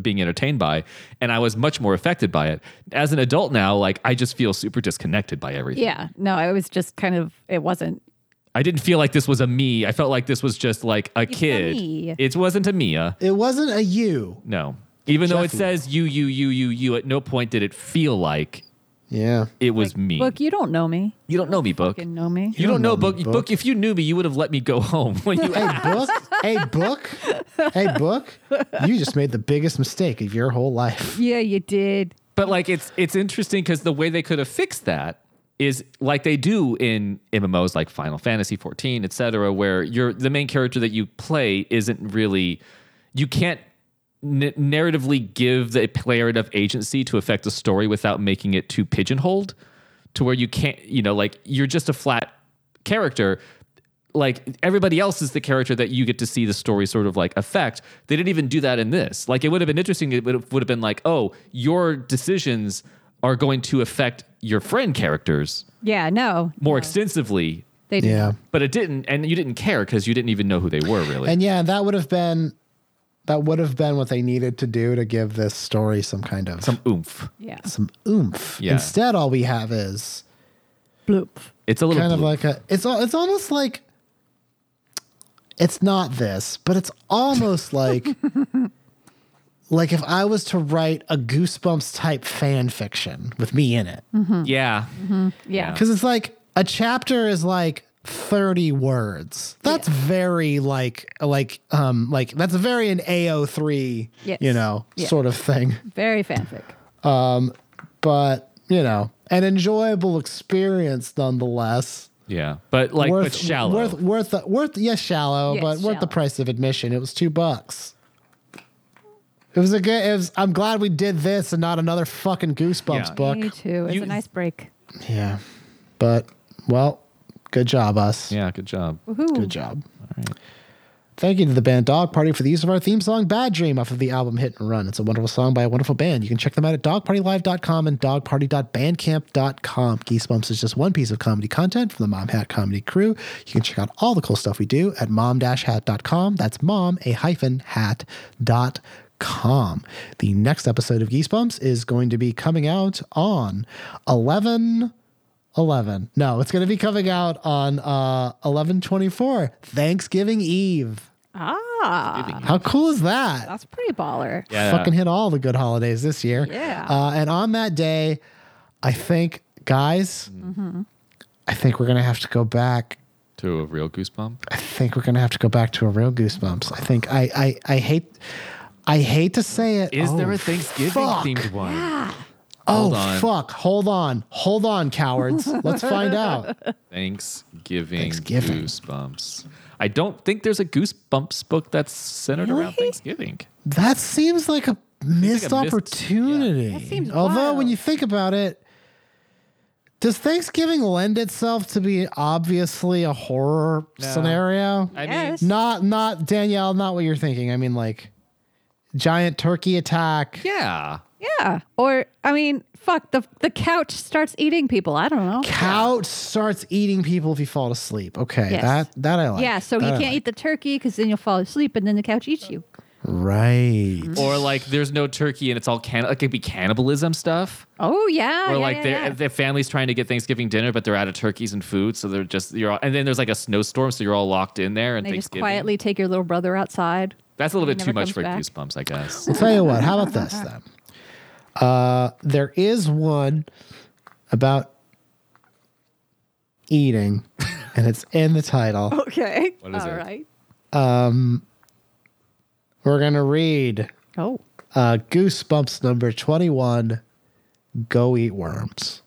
[SPEAKER 4] being entertained by, and I was much more affected by it. As an adult now, like I just feel super disconnected by everything.
[SPEAKER 5] Yeah. No, it was just kind of it wasn't
[SPEAKER 4] I didn't feel like this was a me. I felt like this was just like a kid.
[SPEAKER 5] me.
[SPEAKER 4] It wasn't a Mia.
[SPEAKER 6] It wasn't a you.
[SPEAKER 4] No. Even though it
[SPEAKER 6] Jeffy.
[SPEAKER 4] says you, you, you, you, you, at no point did it feel like
[SPEAKER 6] Yeah.
[SPEAKER 4] it was me.
[SPEAKER 5] Look, you don't know me.
[SPEAKER 4] you don't know me, Book.
[SPEAKER 5] You know me.
[SPEAKER 4] You don't know,
[SPEAKER 6] know
[SPEAKER 4] book,
[SPEAKER 6] me,
[SPEAKER 4] book.
[SPEAKER 6] Book.
[SPEAKER 4] If you knew me, you would have let me go home when you
[SPEAKER 6] Hey book. hey book. Hey book. You just made the biggest mistake of your whole life.
[SPEAKER 5] Yeah, you did.
[SPEAKER 4] But like it's it's interesting because the way they could have fixed that is like they do in MMOs like Final Fantasy 14, et cetera, where you're the main character that you play isn't really you can't n- narratively give the player enough agency to affect the story without making it too pigeonholed to where you can't you know like you're just a flat character like everybody else is the character that you get to see the story sort of like affect. They didn't even do that in this. Like it would have been interesting. It would have, would have been like, oh, your decisions are going to affect your friend characters
[SPEAKER 5] Yeah, no.
[SPEAKER 4] more extensively
[SPEAKER 5] They did.
[SPEAKER 6] Yeah.
[SPEAKER 5] not.
[SPEAKER 4] But it didn't, and you didn't care because you didn't even know who they were really.
[SPEAKER 6] And yeah, that would have been that would have been what they needed to do to give this story some kind of some,
[SPEAKER 4] Oomph.
[SPEAKER 5] Yeah.
[SPEAKER 6] oomph.
[SPEAKER 4] Yeah.
[SPEAKER 6] Instead, all we have is
[SPEAKER 1] Bloop.
[SPEAKER 4] It's a little
[SPEAKER 6] kind of
[SPEAKER 4] blue.
[SPEAKER 6] like a it's al- it's almost like it's not this, but it's almost like like if I was to write a Goosebumps type fan fiction with me in
[SPEAKER 5] Mm-hmm.
[SPEAKER 6] it.
[SPEAKER 5] Hmm.
[SPEAKER 4] yeah.
[SPEAKER 5] Yeah.
[SPEAKER 6] Because it's like a chapter is like 30 words. That's very like like um like that's very an AO3,
[SPEAKER 5] Yes.
[SPEAKER 6] you know,
[SPEAKER 5] Yeah.
[SPEAKER 6] sort of thing.
[SPEAKER 5] Very fanfic.
[SPEAKER 6] But, you know, an enjoyable experience nonetheless.
[SPEAKER 4] Yeah. But like, but shallow.
[SPEAKER 6] Worth worth the, worth yes, shallow,
[SPEAKER 5] Yes,
[SPEAKER 6] but worth
[SPEAKER 5] shallow.
[SPEAKER 6] the price of admission. It was 2 bucks. It was a good it was, I'm glad we did this and not another fucking Goosebumps
[SPEAKER 4] Yeah.
[SPEAKER 6] book.
[SPEAKER 5] Me too. It's
[SPEAKER 4] You-
[SPEAKER 5] a nice break.
[SPEAKER 6] Yeah. But well, good job us.
[SPEAKER 4] yeah. Good job.
[SPEAKER 5] Woohoo.
[SPEAKER 6] Good job. Thank you to the band Dog Party for the use of our theme song Bad Dream off of the album Hit and Run. It's a wonderful song by a wonderful band. You can check them out at dogpartylive.com and dogparty.bandcamp.com. Geesebumps is just one piece of comedy content from the Mom Hat Comedy crew. You can check out all the cool stuff we do at mom-hat.com. That's mom, a hyphen, hat, dot com. The next episode of Geesebumps is going to be coming out on 11- 11 no it's going to be coming out on uh 1124 thanksgiving eve
[SPEAKER 5] Ah,
[SPEAKER 6] how cool is that
[SPEAKER 5] that's pretty baller.
[SPEAKER 4] Yeah.
[SPEAKER 6] fucking hit all the good holidays this year
[SPEAKER 5] Yeah.
[SPEAKER 6] uh, and on that day i think guys i think we're going to have to go back
[SPEAKER 4] To a real goosebump.
[SPEAKER 6] i think we're going to have to go back to a real goosebumps i think i i, I hate I hate to say it.
[SPEAKER 4] Is
[SPEAKER 6] Oh,
[SPEAKER 4] there a Thanksgiving
[SPEAKER 6] fuck.
[SPEAKER 4] themed one?
[SPEAKER 6] Oh
[SPEAKER 4] Hold on.
[SPEAKER 6] fuck! Hold on, hold on, cowards. Let's find out.
[SPEAKER 4] Thanksgiving,
[SPEAKER 6] Thanksgiving.
[SPEAKER 4] goosebumps. I don't think there's a goosebumps book that's centered around
[SPEAKER 5] Really?
[SPEAKER 4] Thanksgiving.
[SPEAKER 6] That seems like a missed
[SPEAKER 4] missed-
[SPEAKER 6] opportunity.
[SPEAKER 5] That seems
[SPEAKER 6] Although
[SPEAKER 5] wild.
[SPEAKER 6] when you think about it, does Thanksgiving lend itself to be obviously a horror scenario?
[SPEAKER 4] I mean,
[SPEAKER 5] Yes.
[SPEAKER 6] not not Danielle, not what you're thinking. I mean like giant turkey attack.
[SPEAKER 4] yeah.
[SPEAKER 5] Yeah. Or I mean, fuck the the couch starts eating people. I don't know.
[SPEAKER 6] Couch starts eating people if you fall asleep. Okay,
[SPEAKER 5] Yes.
[SPEAKER 6] that that I like.
[SPEAKER 5] Yeah. So
[SPEAKER 6] That
[SPEAKER 5] you
[SPEAKER 6] I
[SPEAKER 5] can't
[SPEAKER 6] like.
[SPEAKER 5] eat the turkey because then you'll fall asleep and then the couch eats you.
[SPEAKER 6] Right.
[SPEAKER 4] Or like there's no turkey and it's all can like it could be cannibalism stuff.
[SPEAKER 5] Oh yeah.
[SPEAKER 4] Or
[SPEAKER 5] yeah,
[SPEAKER 4] like uh,
[SPEAKER 5] yeah,
[SPEAKER 4] their
[SPEAKER 5] yeah.
[SPEAKER 4] their family's trying to get Thanksgiving dinner, but they're out of turkeys and food, so they're just you're all, and then there's like a snowstorm, so you're all locked in there. And
[SPEAKER 5] they just
[SPEAKER 4] Thanksgiving
[SPEAKER 5] quietly take your little brother outside.
[SPEAKER 4] that's a little
[SPEAKER 5] he
[SPEAKER 4] bit too
[SPEAKER 5] never
[SPEAKER 4] much
[SPEAKER 5] comes
[SPEAKER 4] for
[SPEAKER 5] back.
[SPEAKER 4] goosebumps, I guess.
[SPEAKER 6] I'll tell you what. How about this then? Uh, there is one about eating, and it's in the title.
[SPEAKER 5] Okay.
[SPEAKER 4] What is
[SPEAKER 5] All
[SPEAKER 4] it?
[SPEAKER 5] right.
[SPEAKER 6] We're gonna read
[SPEAKER 5] Oh.
[SPEAKER 6] uh, Goosebumps number twenty-one. Go eat worms.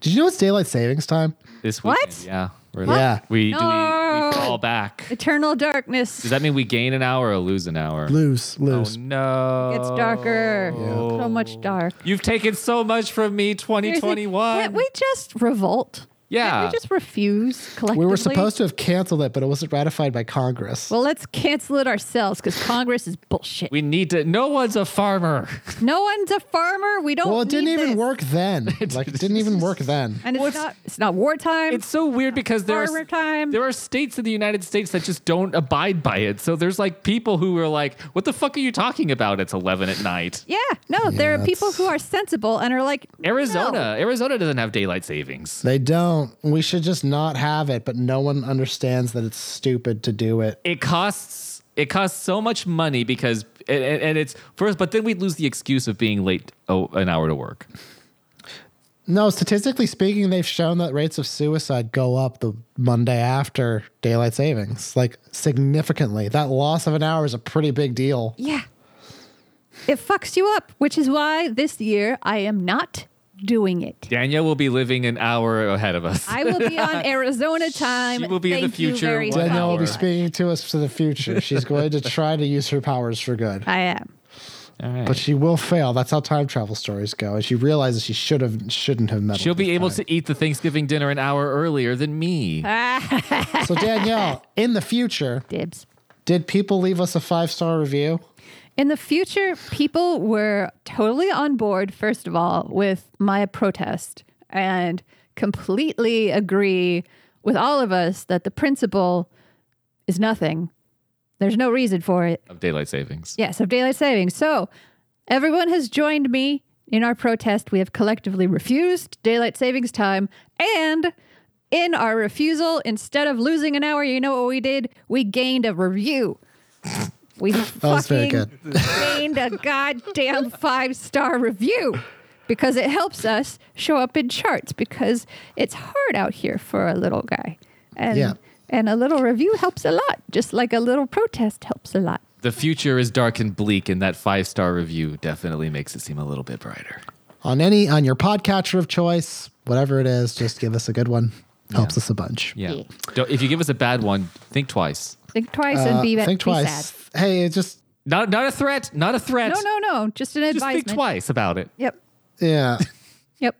[SPEAKER 6] Did you know it's daylight savings time?
[SPEAKER 4] This
[SPEAKER 5] What?
[SPEAKER 4] weekend, yeah, we're-
[SPEAKER 6] What? Yeah.
[SPEAKER 4] We do we,
[SPEAKER 5] No.
[SPEAKER 4] we fall back.
[SPEAKER 5] Eternal darkness.
[SPEAKER 4] Does that mean we gain an hour or lose an hour?
[SPEAKER 6] Lose,
[SPEAKER 4] Oh
[SPEAKER 6] lose.
[SPEAKER 4] no!
[SPEAKER 5] It's darker.
[SPEAKER 4] Oh.
[SPEAKER 5] So much dark.
[SPEAKER 4] You've taken so much from me,
[SPEAKER 5] Seriously,
[SPEAKER 4] 2021.
[SPEAKER 5] Can't we just revolt?
[SPEAKER 4] Yeah.
[SPEAKER 5] Can't we just refuse collectively?
[SPEAKER 6] we were supposed to have canceled it, but it wasn't ratified by Congress.
[SPEAKER 5] Well, let's cancel it ourselves because Congress is bullshit.
[SPEAKER 4] We need to. No one's a farmer.
[SPEAKER 5] no one's a farmer. We don't.
[SPEAKER 6] Well, it didn't
[SPEAKER 5] need
[SPEAKER 6] even
[SPEAKER 5] this.
[SPEAKER 6] work then. Like, it didn't even work then.
[SPEAKER 5] And it's not. It's not wartime.
[SPEAKER 4] It's so weird because there
[SPEAKER 5] Farmer
[SPEAKER 4] are
[SPEAKER 5] time.
[SPEAKER 4] there are states in the United States that just don't abide by it. So there's like people who are like, "What the fuck are you talking about? It's 11 at night."
[SPEAKER 5] yeah. No, there are people
[SPEAKER 6] that's-
[SPEAKER 5] who are sensible and are like
[SPEAKER 4] Arizona, Arizona doesn't have daylight savings.
[SPEAKER 6] They don't. We should just not have it, but no one understands that it's stupid to do it.
[SPEAKER 4] It costs it costs so much money because and, and and it's first, but then we lose the excuse of being late oh, an hour to work.
[SPEAKER 6] No, statistically speaking, they've shown that rates of suicide go up the Monday after daylight savings, like significantly. That loss of an hour is a pretty big deal.
[SPEAKER 5] No. Yeah. It fucks you up, which is why this year I am not doing it.
[SPEAKER 4] Danielle will be living an hour ahead of us.
[SPEAKER 5] I will be on Arizona time.
[SPEAKER 4] will be in the
[SPEAKER 5] Thank you
[SPEAKER 4] future
[SPEAKER 5] very
[SPEAKER 4] one
[SPEAKER 5] much.
[SPEAKER 6] Danielle will be
[SPEAKER 4] hour.
[SPEAKER 6] speaking to us to the future. She's going to try to use her powers for good,
[SPEAKER 5] I am.
[SPEAKER 4] All right.
[SPEAKER 6] but she will fail. That's how time travel stories go. And she realizes she should have shouldn't have meddled.
[SPEAKER 4] She'll be
[SPEAKER 6] this
[SPEAKER 4] able
[SPEAKER 6] time.
[SPEAKER 4] to eat the Thanksgiving dinner an hour earlier than me.
[SPEAKER 5] Uh,
[SPEAKER 6] So Danielle, in the future,
[SPEAKER 5] Dibs.
[SPEAKER 6] did people leave us a five star review?
[SPEAKER 5] In the future, people were totally on board, first of all, with my protest and completely agree with all of us that the principle is nothing. There's no reason for it.
[SPEAKER 4] of daylight savings.
[SPEAKER 5] Yes, of daylight savings. So everyone has joined me in our protest. We have collectively refused daylight savings time. And in our refusal, instead of losing an hour, you know what we did? We gained a review. We
[SPEAKER 6] was very
[SPEAKER 5] fucking gained a goddamn five star review because it helps us show up in charts because it's hard out here for a little guy. And
[SPEAKER 6] Yeah.
[SPEAKER 5] and a little review helps a lot, just like a little protest helps a lot.
[SPEAKER 4] The future is dark and bleak, and that five star review definitely makes it seem a little bit brighter.
[SPEAKER 6] on any on your podcatcher of choice, whatever it is, just give us a good one. Helps us a bunch.
[SPEAKER 4] Yeah. Don't, if you give us a bad one, think twice.
[SPEAKER 5] Think twice
[SPEAKER 6] Uh,
[SPEAKER 5] and be,
[SPEAKER 6] think
[SPEAKER 5] be
[SPEAKER 6] twice.
[SPEAKER 5] sad.
[SPEAKER 6] Hey, it's just
[SPEAKER 4] Not not a threat. Not a threat.
[SPEAKER 5] No, no, no. Just an
[SPEAKER 4] Just
[SPEAKER 5] advisement.
[SPEAKER 4] think twice about it.
[SPEAKER 5] Yep.
[SPEAKER 6] yeah.
[SPEAKER 5] Yep.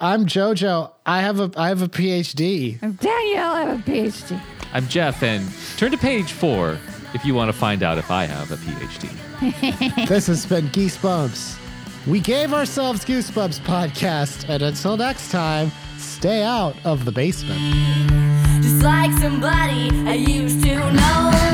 [SPEAKER 6] I'm JoJo. I have a I have a PhD.
[SPEAKER 5] I'm Danielle. I have a PhD.
[SPEAKER 4] I'm Jeff, and turn to page four if you want to find out if I have a PhD.
[SPEAKER 6] this has been Goosebumps. We gave ourselves Goosebumps podcast, and until next time, stay out of the basement.
[SPEAKER 3] Just like somebody I used to know.